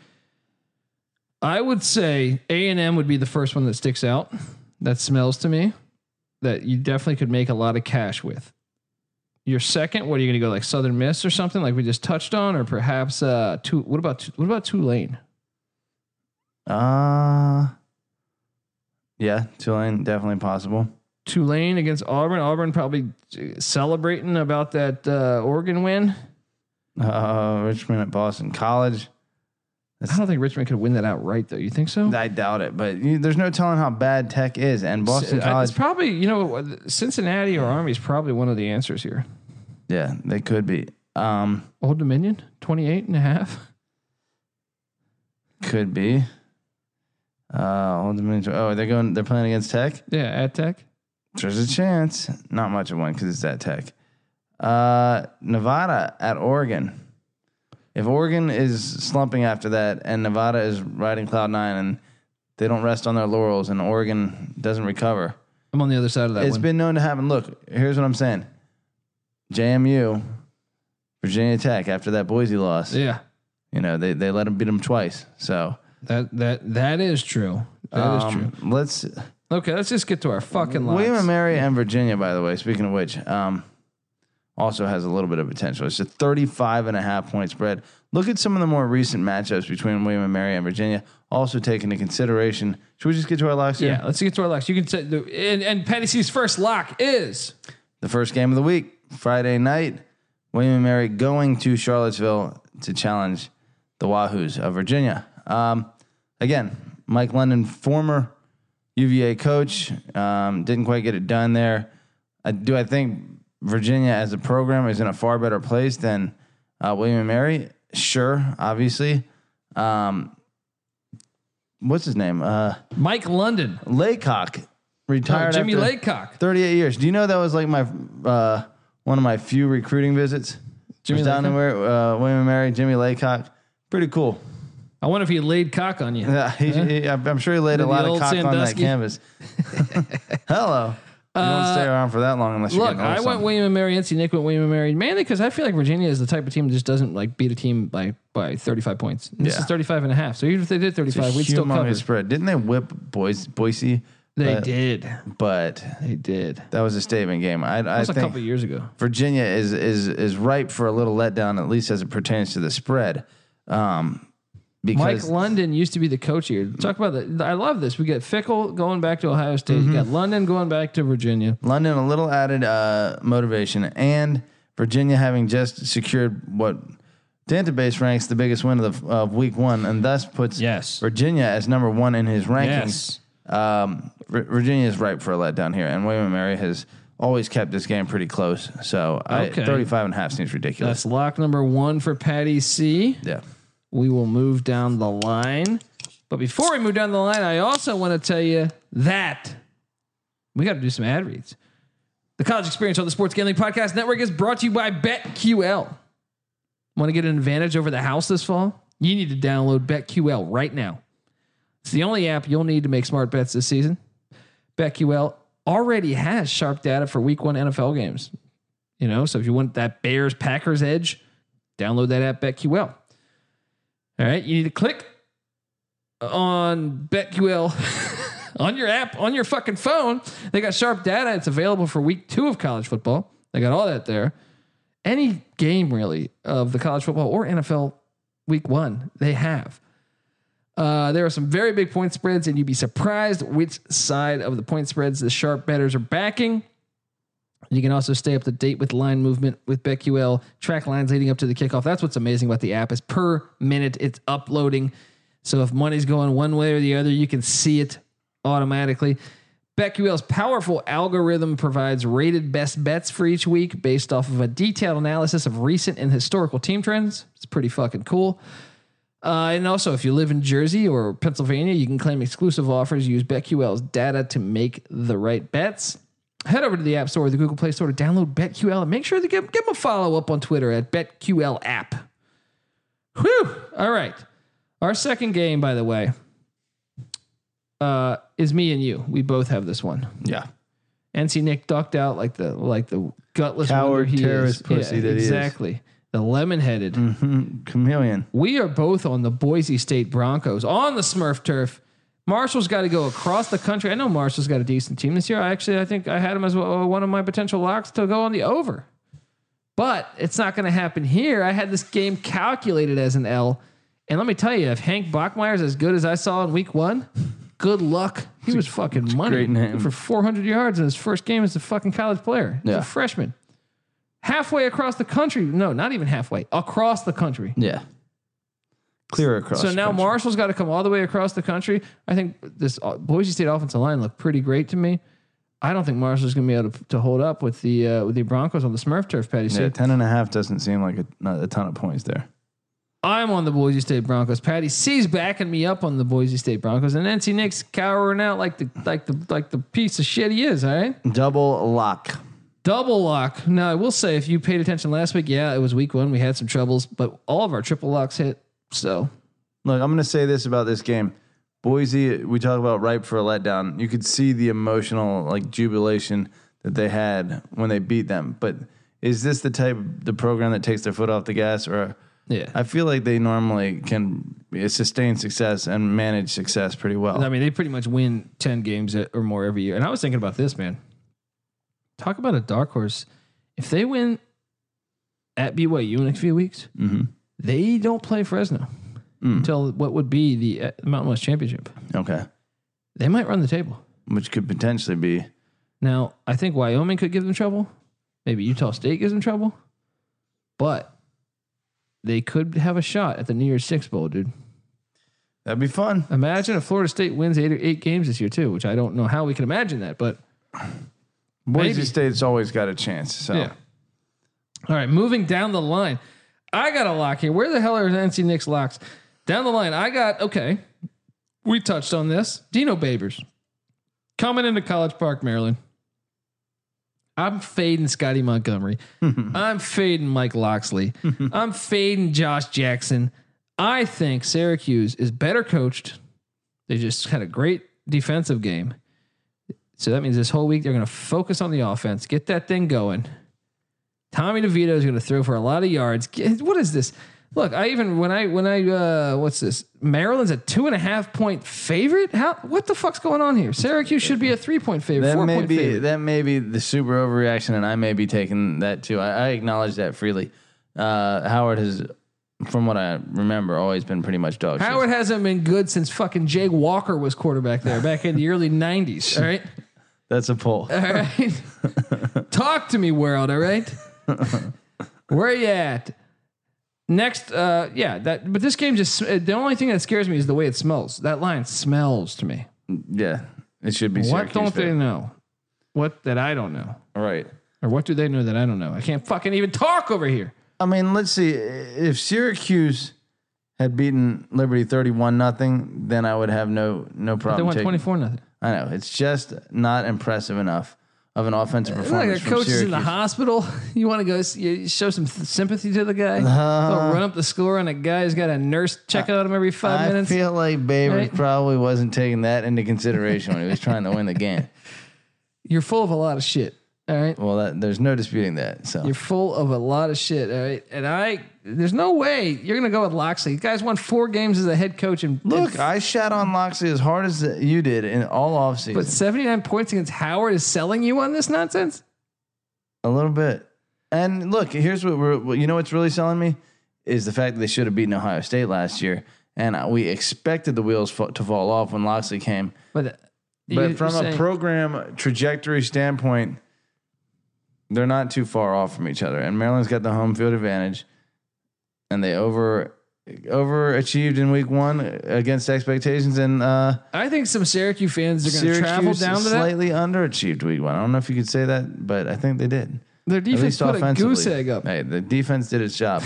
Speaker 1: I would say A and M would be the first one that sticks out. That smells to me that you definitely could make a lot of cash with. Your second, what are you going to go like Southern Miss or something like we just touched on, or perhaps uh, two? What about Tu- what about Tulane?
Speaker 3: Uh, yeah, Tulane definitely possible.
Speaker 1: Tulane against Auburn. Auburn probably uh, celebrating about that uh, Oregon win.
Speaker 3: Uh, Richmond at Boston College.
Speaker 1: I don't think Richmond could win that outright though. You think so?
Speaker 3: I doubt it, but you, there's no telling how bad Tech is, and Boston
Speaker 1: It's-
Speaker 3: College.
Speaker 1: It's probably you know Cincinnati or Army is probably one of the answers here.
Speaker 3: yeah, they could be. Um,
Speaker 1: Old Dominion, 28 and a half.
Speaker 3: could be. Uh, Old Dominion- oh, they're going. They're playing against Tech.
Speaker 1: Yeah, at Tech.
Speaker 3: There's a chance. Not much of one because it's at Tech. Uh, Nevada at Oregon. If Oregon is slumping after that, and Nevada is riding cloud nine, and they don't rest on their laurels, and Oregon doesn't recover,
Speaker 1: I'm on the other side of that
Speaker 3: it's
Speaker 1: one.
Speaker 3: been known to happen. Look, here's what I'm saying: JMU, Virginia Tech. After that Boise loss,
Speaker 1: yeah,
Speaker 3: you know they they let them beat them twice. So
Speaker 1: that that that is true. That is true.
Speaker 3: um, Let's
Speaker 1: Okay, let's just get to our fucking locks.
Speaker 3: William and Mary and Virginia, by the way, speaking of which, um, also has a little bit of potential. It's a 35 and a half point spread. Look at some of the more recent matchups between William and Mary and Virginia. Also take into consideration. Should we just get to our locks here?
Speaker 1: Yeah, let's get to our locks. You can say the and, and Patty C's first lock is
Speaker 3: The first game of the week, Friday night, William and Mary going to Charlottesville to challenge the Wahoos of Virginia. Um, again, Mike London, former UVA coach, um, didn't quite get it done there. I, do I think Virginia as a program is in a far better place than uh, William and Mary? Sure, obviously. Um, what's his name? Uh,
Speaker 1: Mike London,
Speaker 3: Laycock
Speaker 1: Oh,
Speaker 3: retired.
Speaker 1: Jimmy
Speaker 3: after-
Speaker 1: Laycock.
Speaker 3: 38 years. Do you know that was like my uh, one of my few recruiting visits?
Speaker 1: Jimmy
Speaker 3: was down
Speaker 1: Laycock?
Speaker 3: in where uh, William and Mary, Jimmy Laycock. Pretty cool.
Speaker 1: I wonder if he laid cock on you.
Speaker 3: Yeah, he, he- I'm I'm sure he laid a
Speaker 1: the
Speaker 3: lot of
Speaker 1: old
Speaker 3: cock on that
Speaker 1: Sandusky.
Speaker 3: canvas. Hello. You don't stay around for that long unless you
Speaker 1: Look, I went William and Mary. NC Nick went William and Mary mainly because I feel like Virginia is the type of team that just doesn't like beat a team by by 35 points. This
Speaker 3: Yeah.
Speaker 1: is 35 and a half. So even if they did 35, we'd still cover.
Speaker 3: spread. Didn't they whip Boise? Boise?
Speaker 1: They
Speaker 3: but,
Speaker 1: did.
Speaker 3: but
Speaker 1: They did.
Speaker 3: that was a statement game. I, I
Speaker 1: That's a
Speaker 3: think
Speaker 1: couple years ago.
Speaker 3: Virginia is is is ripe for a little letdown, at least as it pertains to the spread. Um,
Speaker 1: Mike
Speaker 3: because
Speaker 1: London used to be the coach here. Talk about that. I love this. We got Fickle going back to Ohio State. You got London going back to Virginia.
Speaker 3: London a little added uh, motivation, and Virginia having just secured what database ranks the biggest win of, the, of week one, and thus puts
Speaker 1: Yes.
Speaker 3: Virginia as number one in his rankings.
Speaker 1: Yes.
Speaker 3: Um, Vir- Virginia is ripe for a letdown here, and William and Mary has always kept this game pretty close. So I,
Speaker 1: Okay.
Speaker 3: 35 and a half seems ridiculous.
Speaker 1: That's lock number one for Patty C.
Speaker 3: yeah.
Speaker 1: We will move down the line. But before we move down the line, I also want to tell you that we got to do some ad reads. The college experience on the Sports Gambling Podcast Network is brought to you by BetQL. Want to get an advantage over the house this fall? You need to download BetQL right now. It's the only app you'll need to make smart bets this season. BetQL already has sharp data for week one NFL games. You know, so if you want that Bears Packers edge, download that app BetQL. All right, you need to click on BetQL on your app on your fucking phone. They got sharp data. It's available for week two of college football. They got all that there. Any game really of the college football or NFL week one, they have. Uh, there are some very big point spreads, and you'd be surprised which side of the point spreads the sharp betters are backing. You can also stay up to date with line movement with BetQL track lines leading up to the kickoff. That's what's amazing about the app is per minute it's uploading. So if money's going one way or the other, you can see it automatically. BetQL's powerful algorithm provides rated best bets for each week based off of a detailed analysis of recent and historical team trends. It's pretty fucking cool. Uh, and also, if you live in Jersey or Pennsylvania, you can claim exclusive offers. Use BetQL's data to make the right bets. Head over to the App Store or the Google Play Store to download BetQL and make sure to give, give them a follow up on Twitter at BetQL app. Whew. All right. Our second game, by the way, uh, is me and you. We both have this one.
Speaker 3: Yeah.
Speaker 1: NC Nick ducked out like the like the gutless
Speaker 3: Coward,
Speaker 1: wonder he is.
Speaker 3: terrorist pussy that he is.
Speaker 1: exactly. The lemon headed.
Speaker 3: Chameleon.
Speaker 1: We are both on the Boise State Broncos on the Smurf turf. Marshall's got to go across the country. I know Marshall's got a decent team this year. I actually, I think I had him as well, uh, one of my potential locks to go on the over, but it's not going to happen here. I had this game calculated as an L, and let me tell you, if Hank Bachmeyer's as good as I saw in Week One, good luck. He was fucking money
Speaker 3: great name.
Speaker 1: for 400 yards in his first game as a fucking college player. He's
Speaker 3: Yeah.
Speaker 1: a freshman, halfway across the country. No, not even halfway across the country.
Speaker 3: Yeah. Clear across.
Speaker 1: So now
Speaker 3: country.
Speaker 1: Marshall's got to come all the way across the country. I think this uh, Boise State offensive line looked pretty great to me. I don't think Marshall's going to be able to, to hold up with the uh, with the Broncos on the Smurf turf, Patty. C.
Speaker 3: Yeah, 10 and a half doesn't seem like a, not a ton of points there.
Speaker 1: I'm on the Boise State Broncos. Patty C's backing me up on the Boise State Broncos, and NC Nick's cowering out like the like the like the piece of shit he is. All right,
Speaker 3: Double lock.
Speaker 1: double lock. Now I will say, if you paid attention last week, yeah, it was week one. We had some troubles, but all of our triple locks hit. So
Speaker 3: Look, I'm going to say this about this game. Boise, we talk about ripe for a letdown. You could see the emotional like jubilation that they had when they beat them. But is this the type the program that takes their foot off the gas or
Speaker 1: yeah,
Speaker 3: I feel like they normally can eh, sustain success and manage success pretty well.
Speaker 1: I mean, they pretty much win 10 games e, or more every year. And I was thinking about this, man. Talk about a dark horse. If they win at BYU in a few weeks, they don't play Fresno until what would be the uh, Mountain West Championship.
Speaker 3: Okay.
Speaker 1: They might run the table.
Speaker 3: Which could potentially be
Speaker 1: Now, I think Wyoming could give them trouble. Maybe Utah State gives them trouble. But they could have a shot at the New Year's Six Bowl, dude.
Speaker 3: that'd be fun.
Speaker 1: Imagine if Florida State wins eight, eight games this year, too, which I don't know how we can imagine that, but.
Speaker 3: Boise
Speaker 1: Maybe.
Speaker 3: State's always got a chance. So
Speaker 1: Yeah. All right, moving down the line. I got a lock here. Where the hell are NC Knicks locks? Down the line, I got, okay, we touched on this. Dino Babers coming into College Park, Maryland. I'm fading Scotty Montgomery. I'm fading Mike Loxley. I'm fading Josh Jackson. I think Syracuse is better coached. They just had a great defensive game. So that means this whole week they're going to focus on the offense, get that thing going. Tommy DeVito is going to throw for a lot of yards. Get- What is this? Look, I even when I when I uh, what's this? Maryland's a two and a half point favorite. How what the fuck's going on here? Syracuse should be a three point favorite.
Speaker 3: that
Speaker 1: Four
Speaker 3: may
Speaker 1: point
Speaker 3: be
Speaker 1: favorite.
Speaker 3: that may be the super overreaction, and I may be taking that too. I, I acknowledge that freely. Uh, Howard has, from what I remember, always been pretty much dog. shit.
Speaker 1: Howard hasn't been good since fucking Jay Walker was quarterback there back in the early 90s. All right.
Speaker 3: That's a poll.
Speaker 1: All right. Talk to me, world. All right. Where you at? Next, uh, yeah, that, uh, but this game just, the only thing that scares me is the way it smells. That line smells to me.
Speaker 3: yeah, It should be
Speaker 1: What
Speaker 3: Syracuse.
Speaker 1: don't they
Speaker 3: fan.
Speaker 1: know? What that I don't know?
Speaker 3: All right.
Speaker 1: Or what do they know that I don't know? I can't fucking even talk over here.
Speaker 3: I mean, let's see. If Syracuse had beaten Liberty thirty-one nothing, then I would have no no
Speaker 1: They
Speaker 3: problem.
Speaker 1: won
Speaker 3: taking-
Speaker 1: 24 nothing.
Speaker 3: I know it's just not impressive enough of an offensive
Speaker 1: Like
Speaker 3: performance
Speaker 1: a
Speaker 3: from
Speaker 1: coach is in the
Speaker 3: Syracuse.
Speaker 1: hospital. You want to go s- you show some th- sympathy to the guy. Don't run up the score on a guy who's got a nurse checking on him every five
Speaker 3: Uh-huh. I
Speaker 1: minutes.
Speaker 3: feel like Babers
Speaker 1: Right?
Speaker 3: probably wasn't taking that into consideration when he was trying to win the game.
Speaker 1: You're full of a lot of shit. All right.
Speaker 3: Well, that, there's no disputing that. So
Speaker 1: You're full of a lot of shit, all right. And I, there's no way you're gonna go with Loxley. You guys won four games as a head coach, and
Speaker 3: look, I shat on Loxley as hard as you did in all offseason.
Speaker 1: but 79 points against Howard is selling you on this nonsense.
Speaker 3: A little bit. And look, here's what we're. what- You know what's really selling me is the fact that they should have beaten Ohio State last year, and I- we expected the wheels fa- to fall off when Loxley came.
Speaker 1: But, uh,
Speaker 3: But
Speaker 1: you're
Speaker 3: from a
Speaker 1: saying-
Speaker 3: program trajectory standpoint, they're not too far off from each other. And Maryland's got the home field advantage, and they over overachieved in week one against expectations, and uh,
Speaker 1: I think some Syracuse fans are gonna
Speaker 3: Syracuse
Speaker 1: travel down to that.
Speaker 3: slightly underachieved week one. I don't know if you could say that, but I think they did.
Speaker 1: Their
Speaker 3: At
Speaker 1: defense
Speaker 3: least
Speaker 1: put a
Speaker 3: offensively.
Speaker 1: goose egg up.
Speaker 3: Hey, the defense did its job.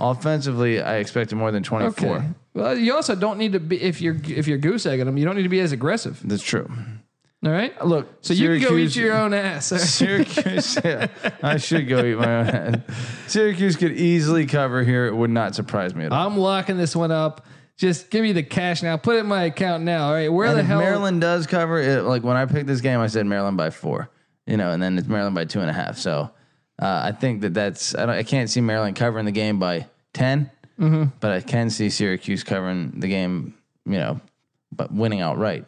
Speaker 3: offensively, I expected more than 24.
Speaker 1: Okay. Well, you also don't need to be if you're if you're goose egging them. You don't need to be as aggressive.
Speaker 3: That's true.
Speaker 1: All right.
Speaker 3: Look,
Speaker 1: So you can go eat your own ass. all right?
Speaker 3: Syracuse, yeah, I should go eat my own. ass. Syracuse could easily cover here. It would not surprise me at all.
Speaker 1: I'm locking this one up. Just give me the cash now. Put it in my account now. All right. Where
Speaker 3: And
Speaker 1: the
Speaker 3: if
Speaker 1: hell?
Speaker 3: Maryland does cover it, like when I picked this game, I said Maryland by four, you know, and then it's Maryland by two and a half. So uh, I think that that's I, don't, I can't see Maryland covering the game by 10
Speaker 1: Mm-hmm.
Speaker 3: but I can see Syracuse covering the game, you know, but winning outright.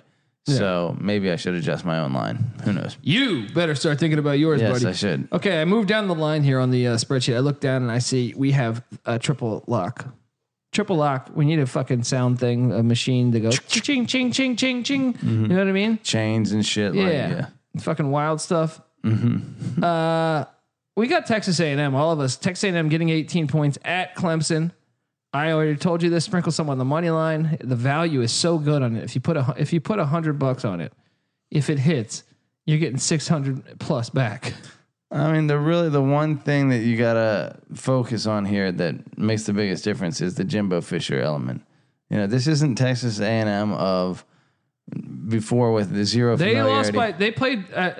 Speaker 3: So maybe I should adjust my own line. Who knows?
Speaker 1: You better start thinking about yours,
Speaker 3: Yes,
Speaker 1: buddy.
Speaker 3: I should.
Speaker 1: Okay, I moved down the line here on the uh, spreadsheet. I look down and I see we have a triple lock. Triple lock. We need a fucking sound thing, a machine to go ching ching ching ching ching. You know what I mean?
Speaker 3: Chains and shit. Yeah. Like,
Speaker 1: Yeah.
Speaker 3: yeah. Mm-hmm.
Speaker 1: Fucking wild stuff. uh, we got Texas A&M. All of us. Texas A&M getting 18 points at Clemson. I already told you this. Sprinkle some on the money line. The value is so good on it. If you put a hu- if you put a hundred bucks on it, if it hits, you're getting 600 plus back.
Speaker 3: I mean, the really the one thing that you gotta focus on here that makes the biggest difference is the Jimbo Fisher element. You know, this isn't Texas A and M of before with the zero.
Speaker 1: They
Speaker 3: familiarity.
Speaker 1: lost by they played uh,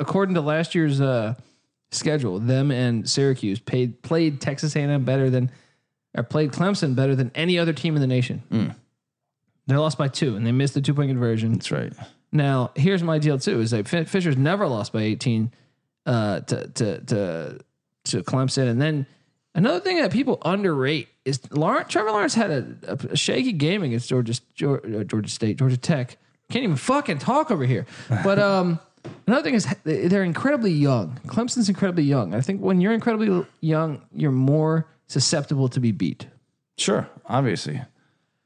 Speaker 1: according to last year's uh, schedule. Them and Syracuse paid, played Texas A&M better than or played Clemson better than any other team in the nation. They lost by two and they missed the two point conversion.
Speaker 3: That's right.
Speaker 1: Now here's my deal too: is that Fi- Fisher's never lost by 18 uh, to to to to Clemson, and then. Another thing that people underrate is Lawrence, Trevor Lawrence had a, a shaky game against Georgia, Georgia, Georgia State, Georgia Tech. Can't even fucking talk over here. But um, another thing is they're incredibly young. Clemson's incredibly young. I think when you're incredibly young, you're more susceptible to be beat.
Speaker 3: Sure, obviously,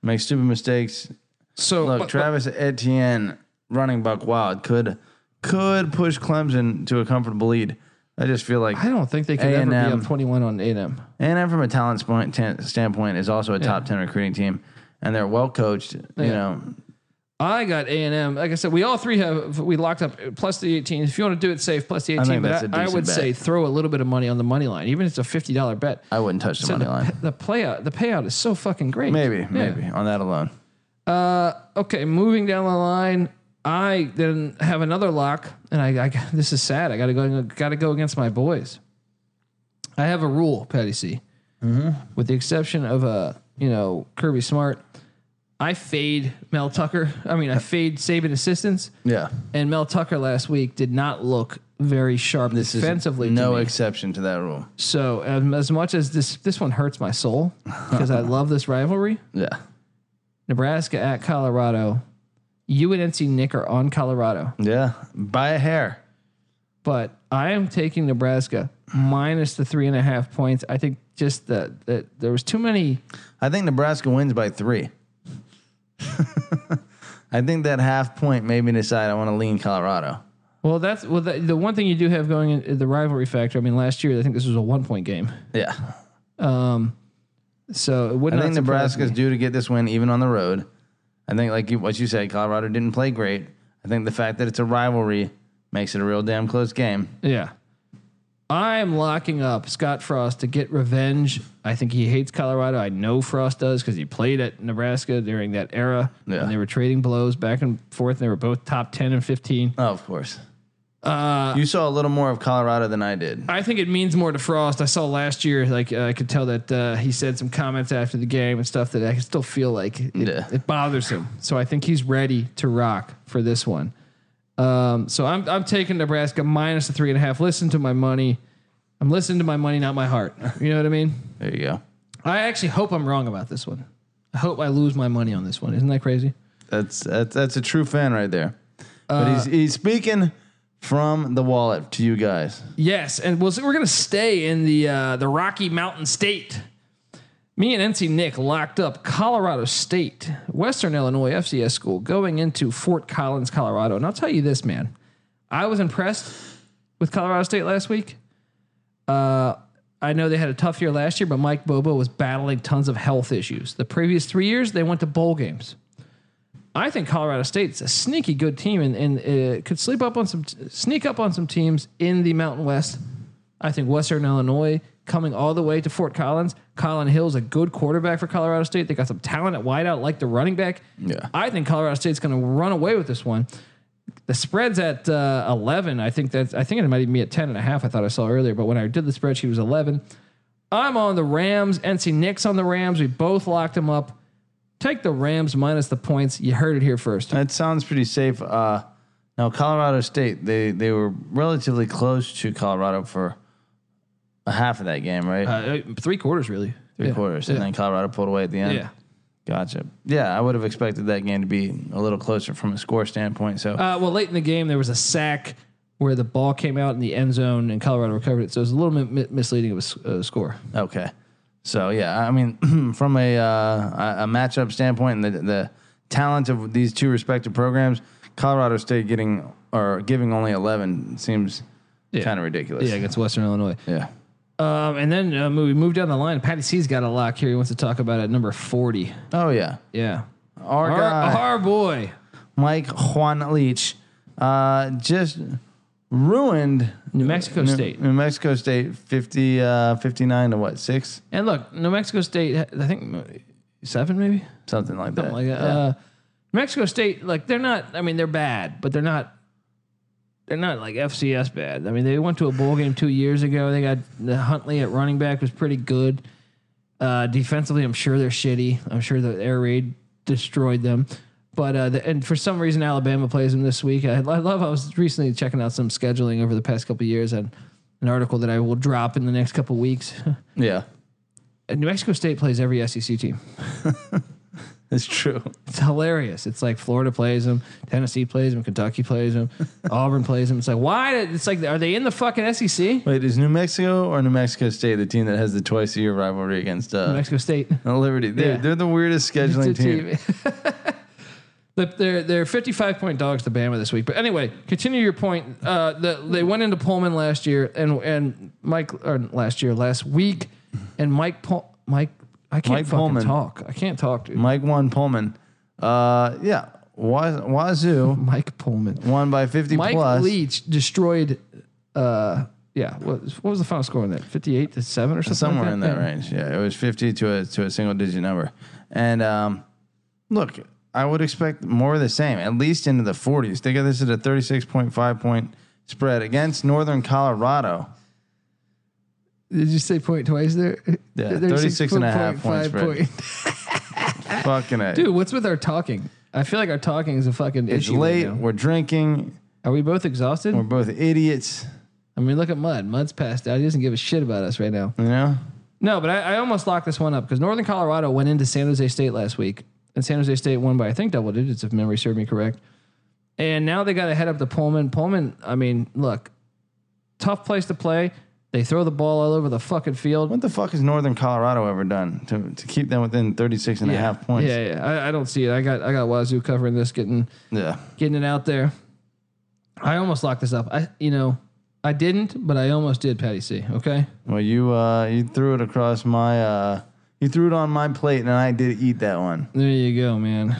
Speaker 3: make stupid mistakes.
Speaker 1: So
Speaker 3: Look, Travis Etienne, running buck wild, could could push Clemson to a comfortable lead. I just feel like
Speaker 1: I don't think they could ever be
Speaker 3: A&M.
Speaker 1: up 21 on A&M.
Speaker 3: And then from a talent spo- tan- standpoint, is also a top ten recruiting team, and they're well coached. You know,
Speaker 1: I got A and M. Like I said, we all three have we locked up uh, plus the eighteen. If you want to do it safe, plus the eighteen.
Speaker 3: think that's
Speaker 1: But
Speaker 3: a
Speaker 1: I, I
Speaker 3: decent
Speaker 1: would
Speaker 3: bet.
Speaker 1: say throw a little bit of money on the money line, even if it's a fifty dollar bet.
Speaker 3: I wouldn't touch the
Speaker 1: So
Speaker 3: money
Speaker 1: the,
Speaker 3: line.
Speaker 1: the playout, the payout is so fucking great.
Speaker 3: Maybe,
Speaker 1: Yeah.
Speaker 3: maybe on that alone.
Speaker 1: Okay, moving down the line, I then have another lock, and I, I this is sad. I got to go, got to go against my boys. I have a rule, Patty C.
Speaker 3: Mm-hmm.
Speaker 1: With the exception of uh, you know, Kirby Smart, I fade Mel Tucker. I mean, I fade Saban assistants.
Speaker 3: Yeah.
Speaker 1: And Mel Tucker last week did not look very sharp defensively. to
Speaker 3: No
Speaker 1: me.
Speaker 3: exception to that rule.
Speaker 1: so um, as much as this this one hurts my soul because I love this rivalry.
Speaker 3: Yeah.
Speaker 1: Nebraska at Colorado. You and NC Nick are on Colorado,
Speaker 3: Yeah. By a hair.
Speaker 1: but I am taking Nebraska minus the three and a half points. I think just that that there was too many.
Speaker 3: I think Nebraska wins by three. I think that half point made me decide I want to lean Colorado.
Speaker 1: Well, that's well. The, the one thing you do have going in the rivalry factor. I mean, last year I think this was a one point game,
Speaker 3: Yeah.
Speaker 1: so it wouldn't.
Speaker 3: I think Nebraska's due to get this win even on the road. I think like you, what you said, Colorado didn't play great. I I think the fact that it's a rivalry makes it a real damn close game.
Speaker 1: Yeah. I'm locking up Scott Frost to get revenge. I think he hates Colorado. I know Frost does because he played at Nebraska during that era.
Speaker 3: Yeah.
Speaker 1: And they were trading blows back and forth. And they were both top 10 and 15.
Speaker 3: Oh, of course. Uh, you saw a little more of Colorado than I did.
Speaker 1: I think it means more to Frost. I saw last year, like, uh, I could tell that uh, he said some comments after the game and stuff that I can still feel like it,
Speaker 3: Yeah.
Speaker 1: it bothers him. So I think he's ready to rock for this one. Um, so I'm, I'm taking Nebraska minus the three and a half. Listen to my money. I'm listening to my money, not my heart. You know what I mean?
Speaker 3: There you go.
Speaker 1: I actually hope I'm wrong about this one. I hope I lose my money on this one. Isn't that crazy?
Speaker 3: That's that's, that's a true fan right there. But
Speaker 1: Uh,
Speaker 3: he's he's speaking from the wallet to you guys.
Speaker 1: Yes, and we'll, we're going to stay in the uh, the Rocky Mountain State. Me and NC Nick locked up Colorado State, Western Illinois FCS school, going into Fort Collins, Colorado. And I'll tell you this, man, I was impressed with Colorado State last week. Uh, I know they had a tough year last year, but Mike Bobo was battling tons of health issues. The previous three years, they went to bowl games. I think Colorado State's a sneaky good team and, and uh, could sleep up on some sneak up on some teams in the Mountain West. I think Western Illinois coming all the way to Fort Collins. Colin Hill's a good quarterback for Colorado State. They got some talent at wideout, like the running back.
Speaker 3: Yeah.
Speaker 1: I think Colorado State's going to run away with this one. The spread's at uh, eleven. I think that's. I think it might even be at ten and a half. I thought I saw earlier, but when I did the spreadsheet, it was eleven. I'm on the Rams. NC Nick's on the Rams. We both locked them up. Take the Rams minus the points. You heard it here first.
Speaker 3: That sounds pretty safe. Uh, now Colorado State, they they were relatively close to Colorado for a half of that game, right?
Speaker 1: Uh, three quarters, really.
Speaker 3: Three quarters, and then Colorado pulled away at the end.
Speaker 1: Yeah.
Speaker 3: Gotcha. Yeah, I would have expected that game to be a little closer from a score standpoint. So
Speaker 1: Uh, well, late in the game, there was a sack where the ball came out in the end zone and Colorado recovered it. So it was a little bit mi- misleading of a s- uh, score.
Speaker 3: Okay. So yeah, I mean, from a uh, a a matchup standpoint, and the the talent of these two respective programs, Colorado State getting or giving only eleven seems kind of ridiculous.
Speaker 1: Yeah, against Western Illinois.
Speaker 3: yeah.
Speaker 1: Um, and then uh, we move down the line. Patty C's got a lock here. He wants to talk about at number 40.
Speaker 3: Oh yeah.
Speaker 1: Yeah.
Speaker 3: Our,
Speaker 1: Our,
Speaker 3: guy,
Speaker 1: our boy.
Speaker 3: Mike Juan Leach, uh, just ruined
Speaker 1: New Mexico
Speaker 3: New,
Speaker 1: State.
Speaker 3: New Mexico State 50, uh, 59 to what six
Speaker 1: And look, New Mexico State, I think seven maybe?
Speaker 3: something like that.
Speaker 1: Something like that.
Speaker 3: Yeah.
Speaker 1: Uh, Mexico State, like they're not. I mean, they're bad, but they're not. They're not like FCS bad. I mean, they went to a bowl game two years ago. They got the Huntley at running back was pretty good. Uh, defensively, I'm sure they're shitty. I'm sure the air raid destroyed them. But uh, the, and for some reason, Alabama plays them this week. I, I love. I was recently checking out some scheduling over the past couple of years and an article that I will drop in the next couple of weeks.
Speaker 3: yeah,
Speaker 1: New Mexico State plays every SEC team.
Speaker 3: it's true.
Speaker 1: It's hilarious. It's like Florida plays them, Tennessee plays them, Kentucky plays them, Auburn plays them. It's like why? did- It's like are they in the fucking E SEC?
Speaker 3: Wait, is New Mexico or New Mexico State the team that has the twice a year rivalry against uh,
Speaker 1: Mexico State.
Speaker 3: Uh, Liberty.
Speaker 1: Yeah.
Speaker 3: They're, they're the weirdest scheduling
Speaker 1: It's a
Speaker 3: team.
Speaker 1: The- they're they're fifty five point dogs to Bama this week. But anyway, continue your point. Uh, the, they went into Pullman last year and and Mike or last year last week and Mike Pul- Mike I can't
Speaker 3: Mike
Speaker 1: fucking
Speaker 3: Pullman.
Speaker 1: talk. I can't talk dude.
Speaker 3: Mike won Pullman. Uh, yeah. Wa- Wazoo
Speaker 1: Mike Pullman.
Speaker 3: won by 50
Speaker 1: Mike
Speaker 3: plus.
Speaker 1: Leach destroyed. Uh, yeah. What, what was the final score in that? Fifty-eight to seven or something.
Speaker 3: Somewhere
Speaker 1: like
Speaker 3: in that
Speaker 1: Yeah.
Speaker 3: range. Yeah. It was 50 to a, to a single digit number. And um, look, I would expect more of the same, at least into the 40s. They got this at a 36.5 point spread against Northern Colorado.
Speaker 1: Did you say point twice there?
Speaker 3: Yeah, 36
Speaker 1: 36
Speaker 3: and a half
Speaker 1: point
Speaker 3: points
Speaker 1: five
Speaker 3: Fucking it.
Speaker 1: Ah, Dude, what's with our talking? I feel like our talking is a fucking
Speaker 3: it's
Speaker 1: issue. right
Speaker 3: late.
Speaker 1: now.
Speaker 3: We're drinking.
Speaker 1: Are we both exhausted?
Speaker 3: We're both idiots.
Speaker 1: I mean, look at Mud. Mud's passed out. He doesn't give a shit about us right now.
Speaker 3: You know?
Speaker 1: No, but I, I almost locked this one up because Northern Colorado went into San Jose State last week, and San Jose State won by I think double digits if memory serves me correct. And now they got to head up to Pullman. Pullman, I mean, look, tough place to play. They throw the ball all over the fucking field.
Speaker 3: What the fuck has Northern Colorado ever done to, to keep them within 36 and a
Speaker 1: yeah.
Speaker 3: half points?
Speaker 1: Yeah, yeah. I, I don't see it. I got I got Wazoo covering this, getting
Speaker 3: Yeah.
Speaker 1: getting it out there. I almost locked this up. I you know I didn't, but I almost did. Patty C. Okay.
Speaker 3: Well, you uh, you threw it across my uh, you threw it on my plate, and I did eat that one.
Speaker 1: There you go, man.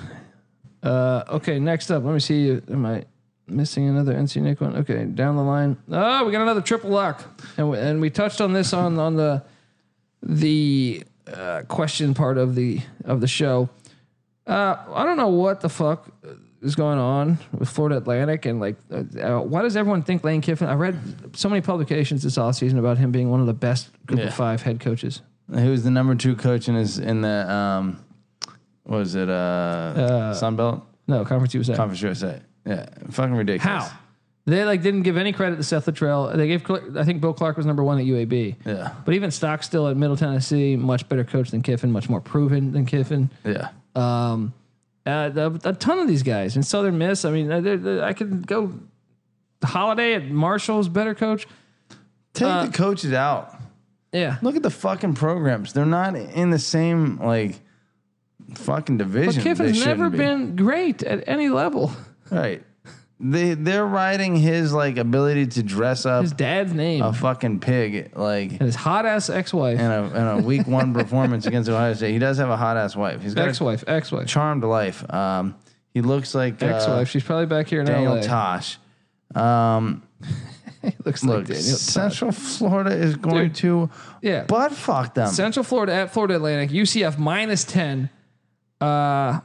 Speaker 1: Uh, okay, next up, let me see. Am I? Missing another NC Nick one. Okay, down the line. Oh, we got another triple lock, and we, and we touched on this on on the the uh, question part of the of the show. Uh, I don't know what the fuck is going on with Florida Atlantic and like, uh, uh, why does everyone think Lane Kiffin? I read so many publications this offseason about him being one of the best Group
Speaker 3: Yeah.
Speaker 1: of Five head coaches.
Speaker 3: Who was the number two coach in his in the um, what was it uh, Sun Belt
Speaker 1: No, conference USA.
Speaker 3: Conference USA? Yeah, fucking ridiculous.
Speaker 1: How? They like didn't give any credit to Seth Luttrell. They gave Cl- I think Bill Clark was number one at UAB.
Speaker 3: Yeah.
Speaker 1: But even Stock still at Middle Tennessee, much better coach than Kiffin, much more proven than Kiffin.
Speaker 3: Yeah,
Speaker 1: Um, uh, the- a ton of these guys in Southern Miss. I mean, uh, they're, they're- I could go Holiday at Marshall's better coach.
Speaker 3: take
Speaker 1: Uh,
Speaker 3: the coaches out.
Speaker 1: Yeah,
Speaker 3: Look at the fucking programs. They're not in the same like fucking
Speaker 1: but
Speaker 3: division. They
Speaker 1: Kiffin's
Speaker 3: shouldn't
Speaker 1: never
Speaker 3: be.
Speaker 1: been great at any level.
Speaker 3: right. They they're riding his like ability to dress up
Speaker 1: His dad's name
Speaker 3: a fucking pig like
Speaker 1: and his hot ass ex-wife,
Speaker 3: and a and a week one performance against Ohio State. He does have a hot ass wife. He's got a
Speaker 1: ex-wife, ex-wife,
Speaker 3: charmed life. Um, he looks like uh,
Speaker 1: ex-wife. She's probably back here in
Speaker 3: Daniel
Speaker 1: LA.
Speaker 3: Tosh. Um,
Speaker 1: Looks
Speaker 3: look,
Speaker 1: like Daniel.
Speaker 3: Central Florida is going
Speaker 1: Dude.
Speaker 3: to
Speaker 1: Yeah,
Speaker 3: butt fuck them.
Speaker 1: Central Florida at Florida Atlantic, UCF minus 10. Uh,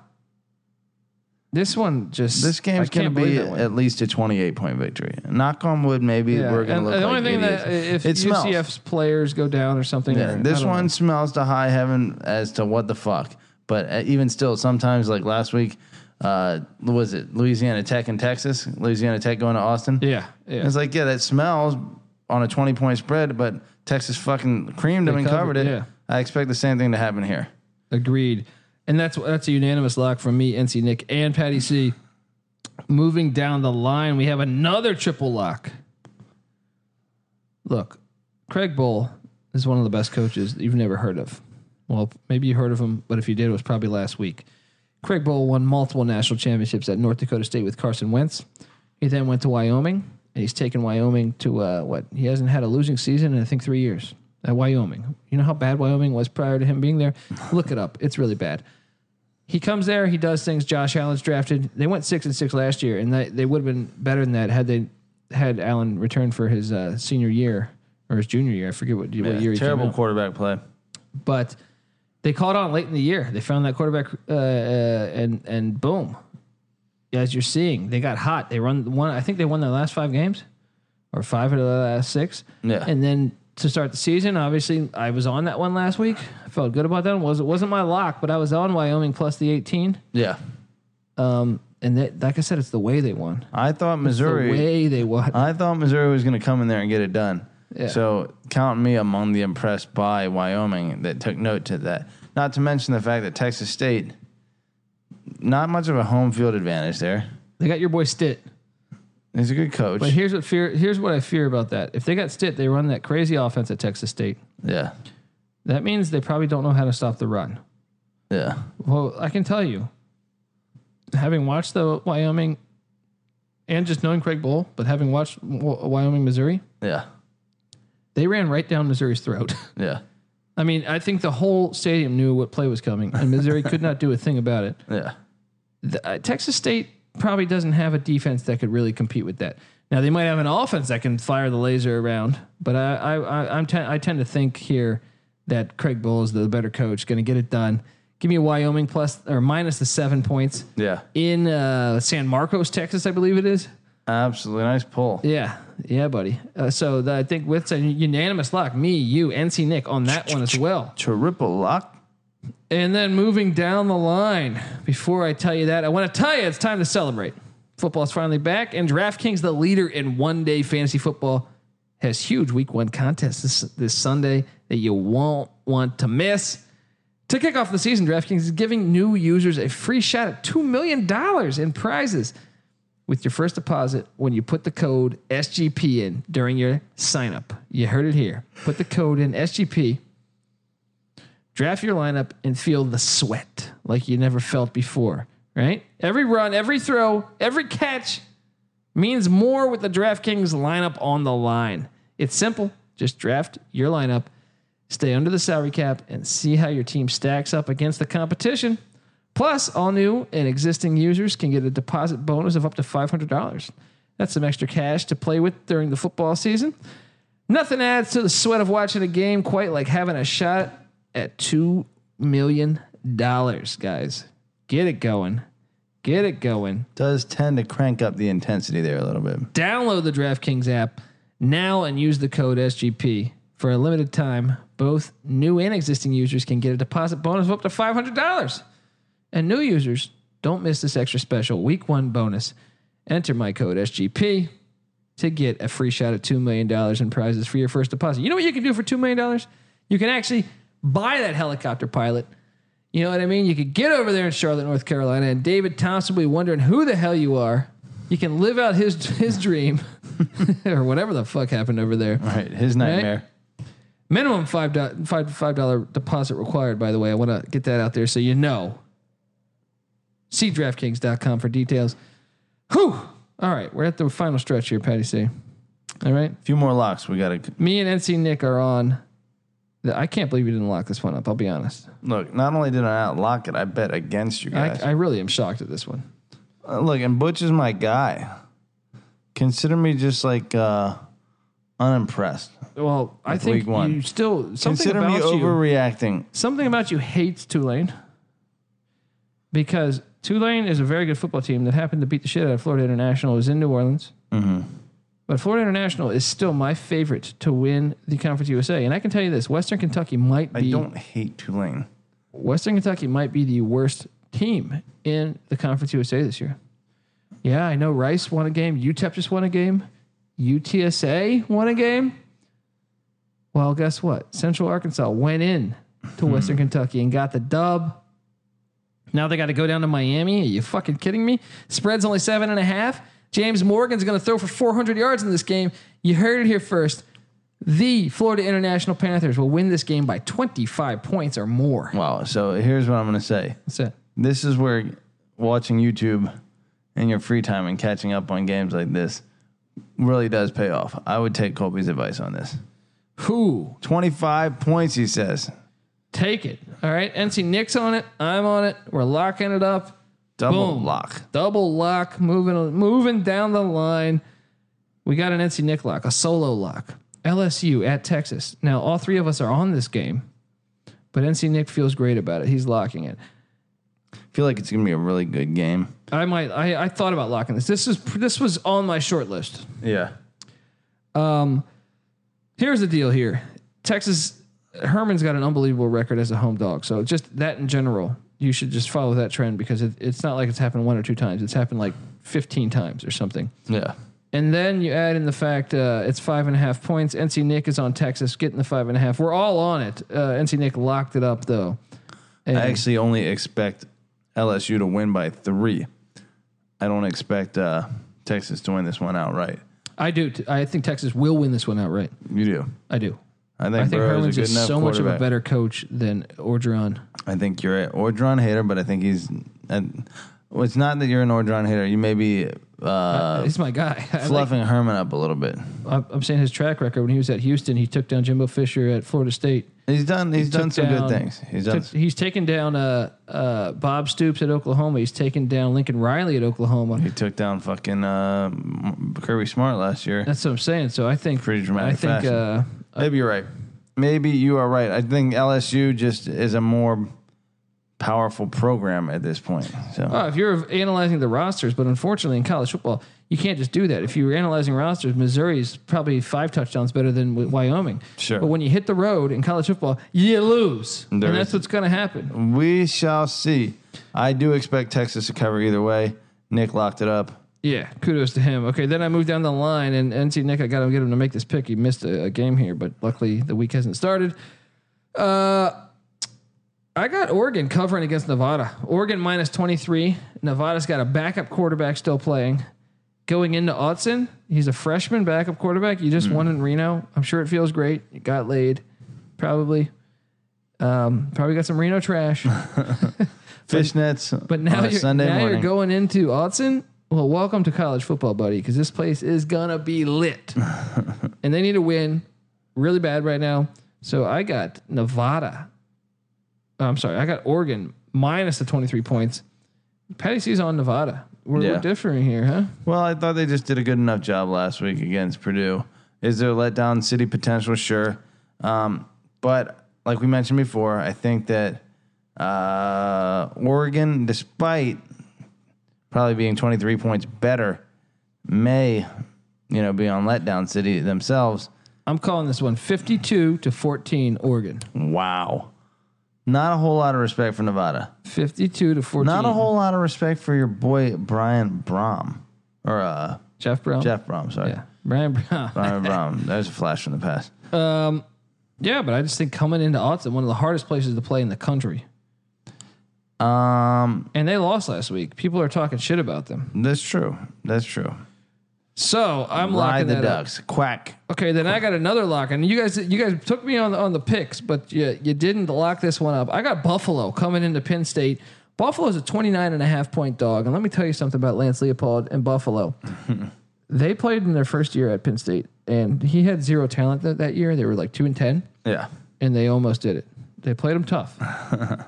Speaker 1: this one just.
Speaker 3: this
Speaker 1: I
Speaker 3: game's
Speaker 1: can't
Speaker 3: going to
Speaker 1: believe
Speaker 3: be
Speaker 1: that one.
Speaker 3: at least a 28 point victory. Knock on wood, maybe
Speaker 1: Yeah,
Speaker 3: we're going
Speaker 1: and
Speaker 3: to look
Speaker 1: The only
Speaker 3: like
Speaker 1: thing
Speaker 3: idiots.
Speaker 1: that if
Speaker 3: It smells.
Speaker 1: UCF's players go down or something.
Speaker 3: Yeah,
Speaker 1: or- I
Speaker 3: this
Speaker 1: don't
Speaker 3: one
Speaker 1: know.
Speaker 3: smells to high heaven as to what the fuck. But uh, even still, sometimes like last week, uh, was it Louisiana Tech and Texas? Louisiana Tech going to Austin.
Speaker 1: Yeah, yeah.
Speaker 3: It's like, yeah, that smells on a 20 point spread, but Texas fucking creamed them and
Speaker 1: covered-
Speaker 3: covered it.
Speaker 1: yeah.
Speaker 3: I expect the same thing to happen here.
Speaker 1: Agreed. And that's that's a unanimous lock from me, NC Nick, and Patty C. Moving down the line, we have another triple lock. Look, Craig Bull is one of the best coaches that you've never heard of. Well, maybe you heard of him, but if you did, it was probably last week. Craig Bull won multiple national championships at North Dakota State with Carson Wentz. He then went to Wyoming, and he's taken Wyoming to uh, what? He hasn't had a losing season in I think three years at Wyoming. You know how bad Wyoming was prior to him being there. Look it up; it's really bad. He comes there, he does things. Josh Allen's drafted. They went six and six last year, and they, they would have been better than that had they had Allen return for his uh, senior year or his junior year. I forget what, what year. He came
Speaker 3: Terrible
Speaker 1: out
Speaker 3: quarterback play.
Speaker 1: but they caught on late in the year. They found that quarterback, uh, uh, and and boom, as you're seeing, they got hot. They run one. I think they won their last five games, or five out of the last six.
Speaker 3: Yeah.
Speaker 1: And then to start the season, obviously, I was on that one last week. I felt good about that. One. was It wasn't my lock, but I was on Wyoming plus the 18.
Speaker 3: Yeah.
Speaker 1: Um, and that, like I said, it's the way they won.
Speaker 3: I thought
Speaker 1: The
Speaker 3: Missouri.
Speaker 1: way they won.
Speaker 3: I thought Missouri was going to come in there and get it done.
Speaker 1: Yeah.
Speaker 3: So count me among the impressed by Wyoming that took note to that. Not to mention the fact that Texas State, not much of a home field advantage there.
Speaker 1: They got your boy Stitt.
Speaker 3: He's a good coach.
Speaker 1: But here's what fear. Here's what I fear about that. If they got Stitt, they run that crazy offense at Texas State.
Speaker 3: yeah.
Speaker 1: That means they probably don't know how to stop the run.
Speaker 3: Yeah.
Speaker 1: Well, I can tell you, having watched the Wyoming and just knowing Craig Bull, but having watched Wy- Wyoming, Missouri,
Speaker 3: Yeah.
Speaker 1: they ran right down Missouri's throat.
Speaker 3: Yeah.
Speaker 1: I mean, I think the whole stadium knew what play was coming, and Missouri could not do a thing about it.
Speaker 3: Yeah.
Speaker 1: The- uh, Texas State probably doesn't have a defense that could really compete with that. Now they might have an offense that can fire the laser around, but I I, I I'm ten, I tend to think here that Craig Bull is the better coach, going to get it done. Give me a Wyoming plus or minus the seven points
Speaker 3: Yeah.
Speaker 1: in uh, San Marcos, Texas, I believe it is.
Speaker 3: Absolutely nice pull.
Speaker 1: Yeah, yeah, buddy. Uh, so the, I think with a unanimous lock, me, you, NC Nick on that one as well.
Speaker 3: Triple lock.
Speaker 1: And then moving down the line, before I tell you that, I want to tell you it's time to celebrate. Football's finally back, and DraftKings, the leader in one day fantasy football, has huge week one contests this, this Sunday that you won't want to miss. To kick off the season, DraftKings is giving new users a free shot at $2 million in prizes with your first deposit when you put the code SGP in during your sign up. You heard it here. Put the code in SGP, draft your lineup, and feel the sweat like you never felt before, right? Every run, every throw, every catch means more with the DraftKings lineup on the line. It's simple. Just draft your lineup, stay under the salary cap, and see how your team stacks up against the competition. Plus, all new and existing users can get a deposit bonus of up to $500. That's some extra cash to play with during the football season. Nothing adds to the sweat of watching a game quite like having a shot at $2 million, guys. Get it going. Get it going.
Speaker 3: Does tend to crank up the intensity there a little bit.
Speaker 1: Download the DraftKings app now and use the code SGP. For a limited time, both new and existing users can get a deposit bonus of up to $500. And new users, don't miss this extra special week one bonus. Enter my code SGP to get a free shot at $2 million in prizes for your first deposit. You know what you can do for $2 million? You can actually buy that helicopter pilot. You know what I mean? You could get over there in Charlotte, North Carolina, and David Thompson will be wondering who the hell you are. You can live out his his dream or whatever the fuck happened over there.
Speaker 3: All right, his nightmare.
Speaker 1: Minimum five do- five five dollar deposit required. By the way, I want to get that out there so you know. See DraftKings.com for details. Whew. All right, we're at the final stretch here, Patty C. All right,
Speaker 3: A few more locks. We got to
Speaker 1: me and NC Nick are on. the- I can't believe you didn't lock this one up. I'll be honest.
Speaker 3: look. Not only did I not lock it, I bet against you guys.
Speaker 1: I, I really am shocked at this one.
Speaker 3: Uh, look, and Butch is my guy. Consider me just like uh, unimpressed.
Speaker 1: Well, I
Speaker 3: week
Speaker 1: think
Speaker 3: one.
Speaker 1: you still something
Speaker 3: Consider
Speaker 1: about
Speaker 3: me
Speaker 1: you.
Speaker 3: overreacting.
Speaker 1: something about you hates Tulane because Tulane is a very good football team that happened to beat the shit out of Florida International. It was in New Orleans.
Speaker 3: Mm-hmm.
Speaker 1: But Florida International is still my favorite to win the Conference USA. And I can tell you this Western Kentucky might
Speaker 3: I
Speaker 1: be
Speaker 3: don't hate Tulane.
Speaker 1: Western Kentucky might be the worst team in the Conference USA this year. Yeah, I know Rice won a game. UTEP just won a game. UTSA won a game. Well, guess what? Central Arkansas went in to Western Kentucky and got the dub. Now they got to go down to Miami. Are you fucking kidding me? Spread's only seven and a half. James Morgan's going to throw for 400 yards in this game. You heard it here first. The Florida International Panthers will win this game by 25 points or more.
Speaker 3: Wow. So here's what I'm going to say.
Speaker 1: That's it.
Speaker 3: This is where watching YouTube in your free time and catching up on games like this really does pay off. I would take Colby's advice on this.
Speaker 1: Who
Speaker 3: 25 points, he says.
Speaker 1: take it? All right, NC Nick's on it. I'm on it. We're locking it up.
Speaker 3: Double
Speaker 1: Boom.
Speaker 3: lock.
Speaker 1: Double lock, moving moving down the line. We got an NC Nick lock, a solo lock. LSU at Texas. Now all three of us are on this game, but NC Nick feels great about it. He's locking it.
Speaker 3: feel like it's going to be a really good game.
Speaker 1: I might. I, I thought about locking this. This is this was on my short list.
Speaker 3: Yeah.
Speaker 1: Here's the deal here. Texas Herman's got an unbelievable record as a home dog. So just that in general, you should just follow that trend because it, it's not like it's happened one or two times. It's happened like 15 times or something.
Speaker 3: Yeah.
Speaker 1: And then you add in the fact uh, it's five and a half points. NC Nick is on Texas, getting the five and a half. We're all on it. Uh, NC Nick locked it up though. And
Speaker 3: I actually only expect LSU to win by three. I don't expect uh, Texas to win this one outright.
Speaker 1: I do. T- I think Texas will win this one outright.
Speaker 3: You do.
Speaker 1: I do.
Speaker 3: I think,
Speaker 1: I think
Speaker 3: Burrow's
Speaker 1: Herman's
Speaker 3: a good
Speaker 1: is
Speaker 3: enough
Speaker 1: so much of a
Speaker 3: quarterback.
Speaker 1: better coach than Orgeron.
Speaker 3: I think you're an Ordron hater, but I think he's. And well, it's not that you're an Ordron hater. You may be uh,
Speaker 1: He's my guy. I like
Speaker 3: fluffing Herman up a little bit.
Speaker 1: I'm I'm saying his track record when he was at Houston, he took down Jimbo Fisher at Florida State.
Speaker 3: He's done. He's done
Speaker 1: Took
Speaker 3: some
Speaker 1: down-
Speaker 3: good things. He's done.
Speaker 1: took- he's taken down uh, uh, Bob Stoops at Oklahoma. He's taken down Lincoln Riley at Oklahoma.
Speaker 3: he took down fucking uh, Kirby Smart last year.
Speaker 1: That's what I'm saying. So I think
Speaker 3: Pretty dramatic
Speaker 1: I think
Speaker 3: fashion.
Speaker 1: uh,
Speaker 3: Maybe you're right. Maybe you are right. I think LSU just is a more powerful program at this point. So
Speaker 1: oh, if you're analyzing the rosters, but unfortunately in college football, you can't just do that. If you're analyzing rosters, Missouri's probably five touchdowns better than Wy- Wyoming.
Speaker 3: Sure.
Speaker 1: But when you hit the road in college football, you lose,
Speaker 3: There
Speaker 1: and that's
Speaker 3: is-
Speaker 1: what's going to happen.
Speaker 3: we shall see. I do expect Texas to cover either way. Nick locked it up.
Speaker 1: Yeah, kudos to him. Okay, then I moved down the line, and NC Nick, I got to get him to make this pick. He missed a, a game here, but luckily the week hasn't started. Uh, I got Oregon covering against Nevada. Oregon minus 23. Nevada's got a backup quarterback still playing. Going into Otson, he's a freshman backup quarterback. You just won in Reno. I'm sure it feels great. You got laid, probably. Um, probably got some Reno trash.
Speaker 3: Fishnets,
Speaker 1: But now,
Speaker 3: on a
Speaker 1: you're,
Speaker 3: Sunday
Speaker 1: now
Speaker 3: morning.
Speaker 1: you're going into Autzen. Well, welcome to college football, buddy, because this place is gonna be lit, and they need a win, really bad right now. So I got Nevada. I'm sorry, I got Oregon minus the 23 points. Patty C's on Nevada. We're, we're
Speaker 3: Yeah.
Speaker 1: different here, huh?
Speaker 3: Well, I thought they just did a good enough job last week against Purdue. Is there letdown city potential? Sure. Um, but like we mentioned before, I think that uh, Oregon, despite probably being 23 points better, may, you know, be on letdown city themselves.
Speaker 1: I'm calling this one 52 to 14 Oregon.
Speaker 3: Wow. Not a whole lot of respect for Nevada.
Speaker 1: 52 to 14.
Speaker 3: Not a whole lot of respect for your boy Brian Brom or uh,
Speaker 1: Jeff Brown.
Speaker 3: Jeff Brom. Sorry,
Speaker 1: Yeah. Brian Brown.
Speaker 3: Brian Brom. That was a flash from the past.
Speaker 1: Yeah, but I just think coming into Autzen, one of the hardest places to play in the country.
Speaker 3: Um,
Speaker 1: And they lost last week. People are talking shit about them.
Speaker 3: that's true. That's true.
Speaker 1: So I'm
Speaker 3: Ride
Speaker 1: locking
Speaker 3: the
Speaker 1: that up.
Speaker 3: ducks. Quack.
Speaker 1: Okay, then I got another lock, and you guys, you guys took me on on the picks, but you, you didn't lock this one up. I got Buffalo coming into Penn State. Buffalo's a 29 and a half point dog, and let me tell you something about Lance Leopold and Buffalo. they played in their first year at Penn State, and he had zero talent that, that year. They were like two and ten,
Speaker 3: Yeah.
Speaker 1: and they almost did it. They played him tough.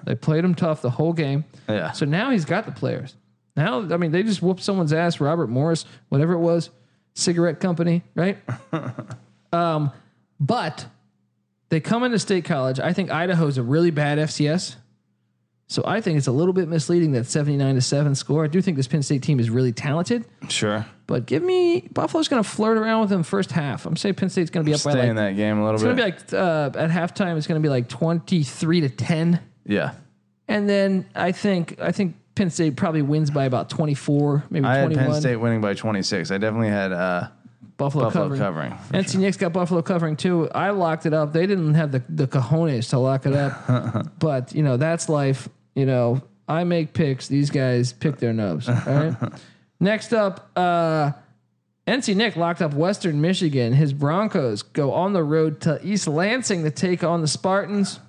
Speaker 1: they played him tough the whole game.
Speaker 3: Yeah.
Speaker 1: So now he's got the players. Now, I mean, they just whooped someone's ass, Robert Morris, whatever it was, cigarette company, right? um, but they come into state college. I think Idaho's a really bad FCS. So I think it's a little bit misleading that 79 to 7 score. I do think this Penn State team is really talented,
Speaker 3: Sure.
Speaker 1: but give me Buffalo's going to flirt around with them first half. I'm saying Penn State's going to be up
Speaker 3: Stay
Speaker 1: by
Speaker 3: in
Speaker 1: like,
Speaker 3: that game a little
Speaker 1: it's going
Speaker 3: bit.
Speaker 1: to be like uh, at halftime it's going to be like 23 to 10.
Speaker 3: yeah.
Speaker 1: And then I think I think Penn State probably wins by about 24, maybe
Speaker 3: I had
Speaker 1: 21.
Speaker 3: Penn State winning by 26. I definitely had uh,
Speaker 1: Buffalo,
Speaker 3: Buffalo
Speaker 1: covering.
Speaker 3: covering.
Speaker 1: NC Nick's got Buffalo covering too. I locked it up. They didn't have the, the cojones to lock it up. but, you know, that's life. You know, I make picks. These guys pick their nubs. All right. Next up, uh, NC Nick locked up Western Michigan. His Broncos go on the road to East Lansing to take on the Spartans.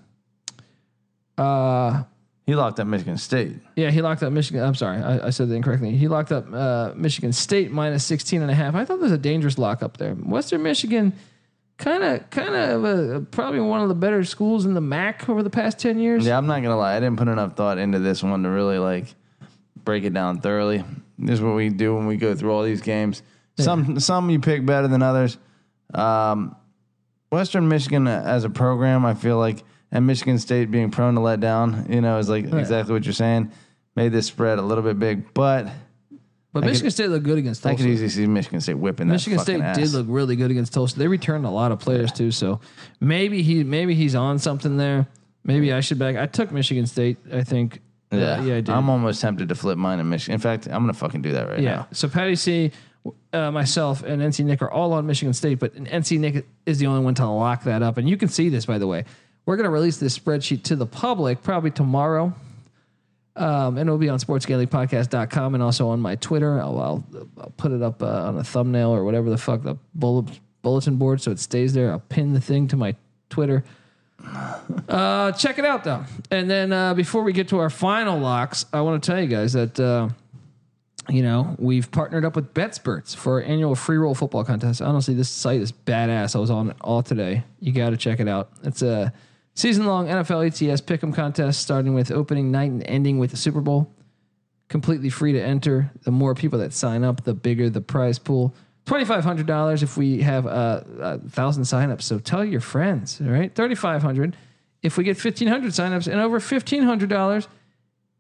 Speaker 1: Uh,
Speaker 3: He locked up Michigan State.
Speaker 1: Yeah, he locked up Michigan. I'm sorry, I, I said that incorrectly. He locked up uh, Michigan State minus 16 and a half. I thought there was a dangerous lock up there. Western Michigan, kind of, kind of, uh, probably one of the better schools in the MAC over the past 10 years.
Speaker 3: Yeah, I'm not gonna lie. I didn't put enough thought into this one to really like break it down thoroughly. This is what we do when we go through all these games. Some some you pick better than others. Um, Western Michigan uh, as a program, I feel like, and Michigan State being prone to let down, you know, is like exactly what you're saying. Made this spread a little bit big, but
Speaker 1: but Michigan State looked good against
Speaker 3: I could
Speaker 1: Tulsa.
Speaker 3: easily see Michigan State whipping that.
Speaker 1: Michigan
Speaker 3: fucking
Speaker 1: State
Speaker 3: ass.
Speaker 1: did look really good against Tulsa. They returned a lot of players too, so maybe he maybe he's on something there. Maybe I should back. I took Michigan State. I think. Uh,
Speaker 3: Yeah,
Speaker 1: yeah, I did.
Speaker 3: I'm almost tempted to flip mine in Michigan. In fact, I'm gonna fucking do that right
Speaker 1: Yeah.
Speaker 3: now.
Speaker 1: So Patty C, uh, myself, and NC Nick are all on Michigan State, but NC Nick is the only one to lock that up. And you can see this, by the way. We're going to release this spreadsheet to the public probably tomorrow. Um, and it'll be on sportsgamblingpodcast.com and also on my Twitter. I'll, I'll, I'll put it up uh, on a thumbnail or whatever the fuck, the bullet, bulletin board so it stays there. I'll pin the thing to my Twitter. Uh, check it out, though. And then uh, before we get to our final locks, I want to tell you guys that. Uh, you know, we've partnered up with BetSperts for our annual free roll football contest. Honestly, this site is badass. I was on it all today. You got to check it out. It's a season long NFL ETS E pick'em contest starting with opening night and ending with the Super Bowl. Completely free to enter. The more people that sign up, the bigger the prize pool. $2,500 if we have uh, a thousand signups. So tell your friends, all right? $3,500 if we get 1,500 signups and over $1,500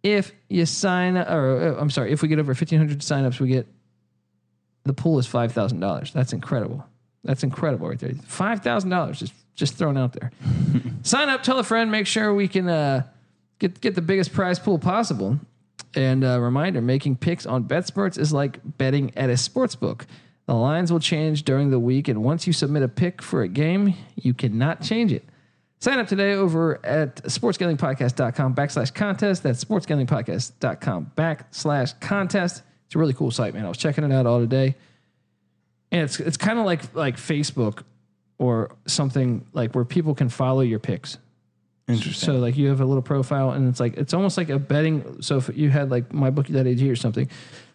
Speaker 1: if you sign or uh, I'm sorry, if we get over 1500 signups, we get the pool is $5,000. That's incredible. That's incredible right there. $5,000 just just thrown out there. sign up, tell a friend, make sure we can uh, get get the biggest prize pool possible. And uh, reminder, making picks on BetSports is like betting at a sports book. The lines will change during the week, and once you submit a pick for a game, you cannot change it. Sign up today over at sportsgamblingpodcast.com backslash contest. That's sportsgamblingpodcast.com backslash contest. It's a really cool site, man. I was checking it out all today. And it's it's kind of like like Facebook or something like where people can follow your picks.
Speaker 3: Interesting.
Speaker 1: So like you have a little profile and it's like it's almost like a betting so if you had like mybookie.ag or something.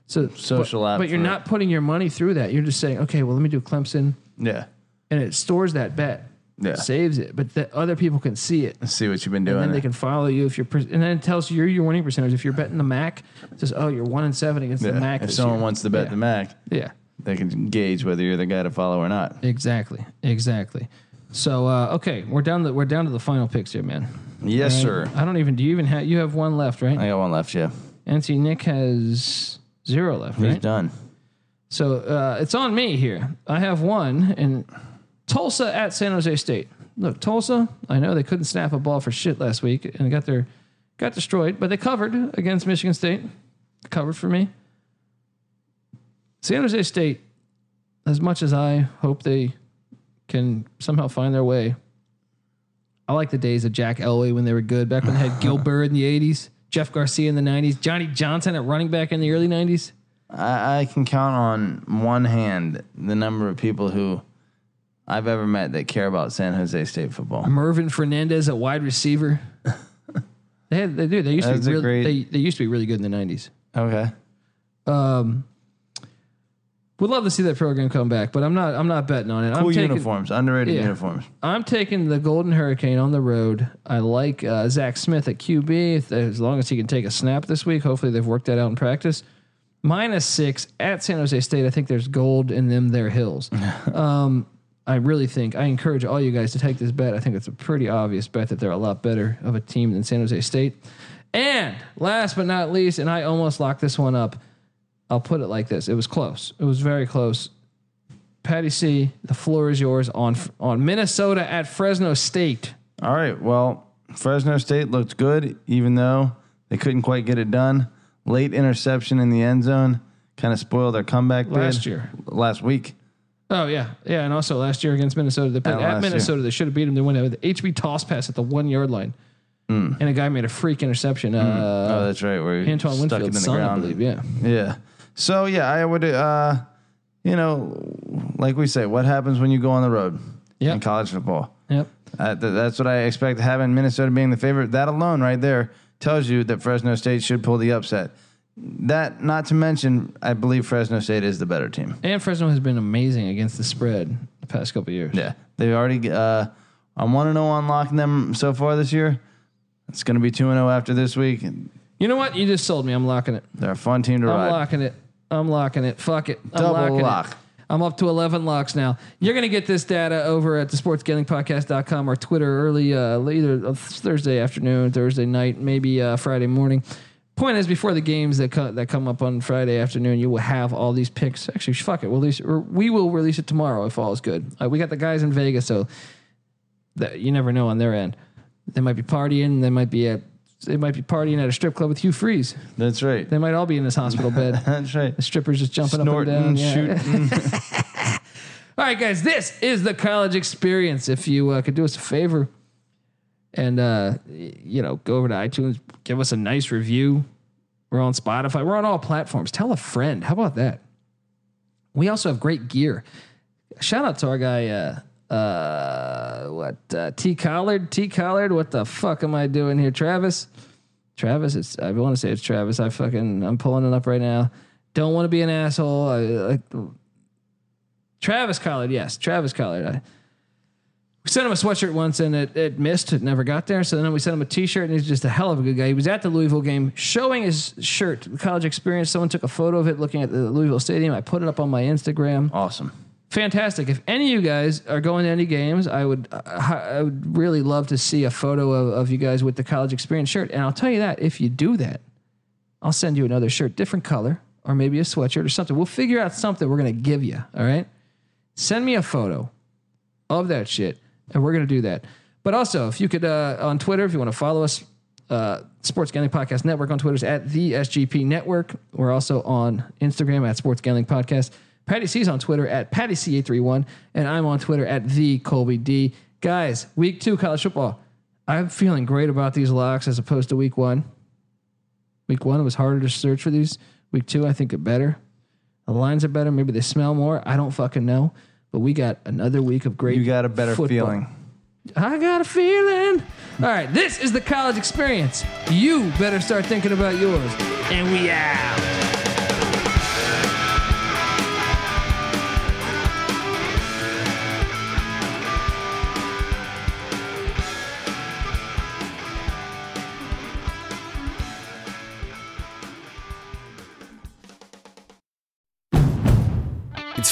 Speaker 1: So
Speaker 3: Social
Speaker 1: but,
Speaker 3: app
Speaker 1: But you're
Speaker 3: for-
Speaker 1: not putting your money through that. You're just saying, okay, well let me do Clemson
Speaker 3: yeah.
Speaker 1: and it stores that bet.
Speaker 3: Yeah.
Speaker 1: saves it, but that other people can see it.
Speaker 3: See what you've been doing.
Speaker 1: And then they
Speaker 3: there.
Speaker 1: can follow you if you're, per- and then it tells you your winning percentage. If you're betting the Mac, it says, oh, you're one in seven against
Speaker 3: Yeah.
Speaker 1: the Mac.
Speaker 3: if
Speaker 1: this
Speaker 3: someone
Speaker 1: year.
Speaker 3: wants to bet
Speaker 1: Yeah.
Speaker 3: the Mac,
Speaker 1: yeah,
Speaker 3: they can gauge whether you're the guy to follow or not.
Speaker 1: exactly, exactly. So uh, okay, we're down to we're down to the final picks here, man.
Speaker 3: Yes,
Speaker 1: And
Speaker 3: sir.
Speaker 1: I don't even. Do you even have? You have one left, right?
Speaker 3: I got one left. Yeah,
Speaker 1: And see, Nick has zero left,
Speaker 3: he's
Speaker 1: right?
Speaker 3: done.
Speaker 1: So uh, it's on me here. I have one and Tulsa at San Jose State. Look, Tulsa. I know they couldn't snap a ball for shit last week and got their got destroyed, but they covered against Michigan State. Covered for me. San Jose State. As much as I hope they can somehow find their way, I like the days of Jack Elway when they were good. Back when they had Gil Bird in the '80s, Jeff Garcia in the '90s, Johnny Johnson at running back in the early '90s.
Speaker 3: I, I can count on one hand the number of people who I've ever met that care about San Jose State football.
Speaker 1: Mervin Fernandez at wide receiver. they had, they do. They used to
Speaker 3: That's
Speaker 1: be
Speaker 3: a
Speaker 1: really,
Speaker 3: great-
Speaker 1: they, they used to be really good in the nineties.
Speaker 3: Okay.
Speaker 1: Would love to see that program come back, but I'm not I'm not betting on it.
Speaker 3: Cool
Speaker 1: I'm taking,
Speaker 3: uniforms, underrated
Speaker 1: Yeah.
Speaker 3: uniforms.
Speaker 1: I'm taking the Golden Hurricane on the road. I like uh, Zach Smith at QB if- as long as he can take a snap this week. Hopefully they've worked that out in practice. Minus six at San Jose State. I think there's gold in them their hills. um, I really think I encourage all you guys to take this bet. I think it's a pretty obvious bet that they're a lot better of a team than San Jose State. And last but not least, and I almost locked this one up. I'll put it like this: it was close. It was very close. Patty C, the floor is yours on on Minnesota at Fresno State.
Speaker 3: All right. Well, Fresno State looked good, even though they couldn't quite get it done. Late interception in the end zone kind of spoiled their comeback bid.
Speaker 1: Last year.
Speaker 3: Last week.
Speaker 1: Oh yeah, yeah, and also last year against Minnesota, they played
Speaker 3: And
Speaker 1: at
Speaker 3: last
Speaker 1: Minnesota. They should have beat them. They went with the HB toss pass at the one yard line,
Speaker 3: Mm.
Speaker 1: and a guy made a freak interception. Uh,
Speaker 3: oh, that's right. Where he
Speaker 1: Antoine
Speaker 3: stuck it in
Speaker 1: Winfield's
Speaker 3: the
Speaker 1: son, I
Speaker 3: ground.
Speaker 1: believe. Yeah,
Speaker 3: Yeah. So yeah, I would uh you know, like we say, what happens when you go on the road
Speaker 1: Yep.
Speaker 3: in college football?
Speaker 1: yep.
Speaker 3: Uh, th- that's what I expect. Having Minnesota being the favorite, that alone right there tells you that Fresno State should pull the upset. That, not to mention, I believe Fresno State is the better team.
Speaker 1: And Fresno has been amazing against the spread the past couple years.
Speaker 3: Yeah, they've already. Uh, I'm one and zero on locking them so far this year. It's going to be two and zero after this week.
Speaker 1: You know what? You just sold me. I'm locking it.
Speaker 3: They're a fun team to
Speaker 1: I'm
Speaker 3: ride.
Speaker 1: locking it. I'm locking it. Fuck it. I'm
Speaker 3: Double
Speaker 1: locking It.
Speaker 3: lock.
Speaker 1: I'm up to 11 locks now. You're going to get this data over at the sportsgamblingpodcast.com or Twitter early, uh, either Thursday afternoon, Thursday night, maybe uh, Friday morning. Point is, before the games that co- that come up on Friday afternoon, you will have all these picks. Actually, fuck it. We'll release, or we will release it tomorrow if all is good. Uh, we got the guys in Vegas, so that you never know on their end. They might be partying. They might be at they might be partying at a strip club with Hugh Freeze.
Speaker 3: That's right.
Speaker 1: They might all be in his hospital bed.
Speaker 3: That's right.
Speaker 1: The strippers just jumping
Speaker 3: Snorting,
Speaker 1: up and down. Yeah.
Speaker 3: shooting.
Speaker 1: All right, guys, this is the college experience. If you uh, could do us a favor and, uh, y- you know, go over to iTunes, give us a nice review. We're on Spotify, we're on all platforms. Tell a friend. How about that? We also have great gear. Shout out to our guy, uh, uh, what, uh, T Collard. T Collard, what the fuck am I doing here, Travis? Travis, it's I want to say it's Travis. I fucking I'm pulling it up right now. Don't want to be an asshole. I, like Travis Collard, yes, Travis Collard. I, we sent him a sweatshirt once and it, it missed. It never got there. So then we sent him a T-shirt and he's just a hell of a good guy. He was at the Louisville game showing his shirt, the college experience. Someone took a photo of it looking at the Louisville stadium. I put it up on my Instagram
Speaker 3: Awesome.
Speaker 1: fantastic. If any of you guys are going to any games, I would uh, I would really love to see a photo of, of you guys with the college experience shirt. And I'll tell you that if you do that, I'll send you another shirt, different color, or maybe a sweatshirt or something. We'll figure out something we're gonna give you. All right. Send me a photo of that shit, and we're gonna do that. But also, if you could uh, on Twitter, if you want to follow us, uh, Sports Gambling Podcast Network on Twitter is at the SGP Network. We're also on Instagram at Sports Gambling Podcast. Patty C's on Twitter at Patty C831, and I'm on Twitter at the Colby D. Guys, week two college football. I'm feeling great about these locks as opposed to week one. Week one it was harder to search for these. Week two, I think it better. The lines are better. Maybe they smell more. I don't fucking know. But we got another week of great.
Speaker 3: You got a better
Speaker 1: football.
Speaker 3: feeling.
Speaker 1: I got a feeling. All right, this is the college experience. You better start thinking about yours. And we out.
Speaker 4: It's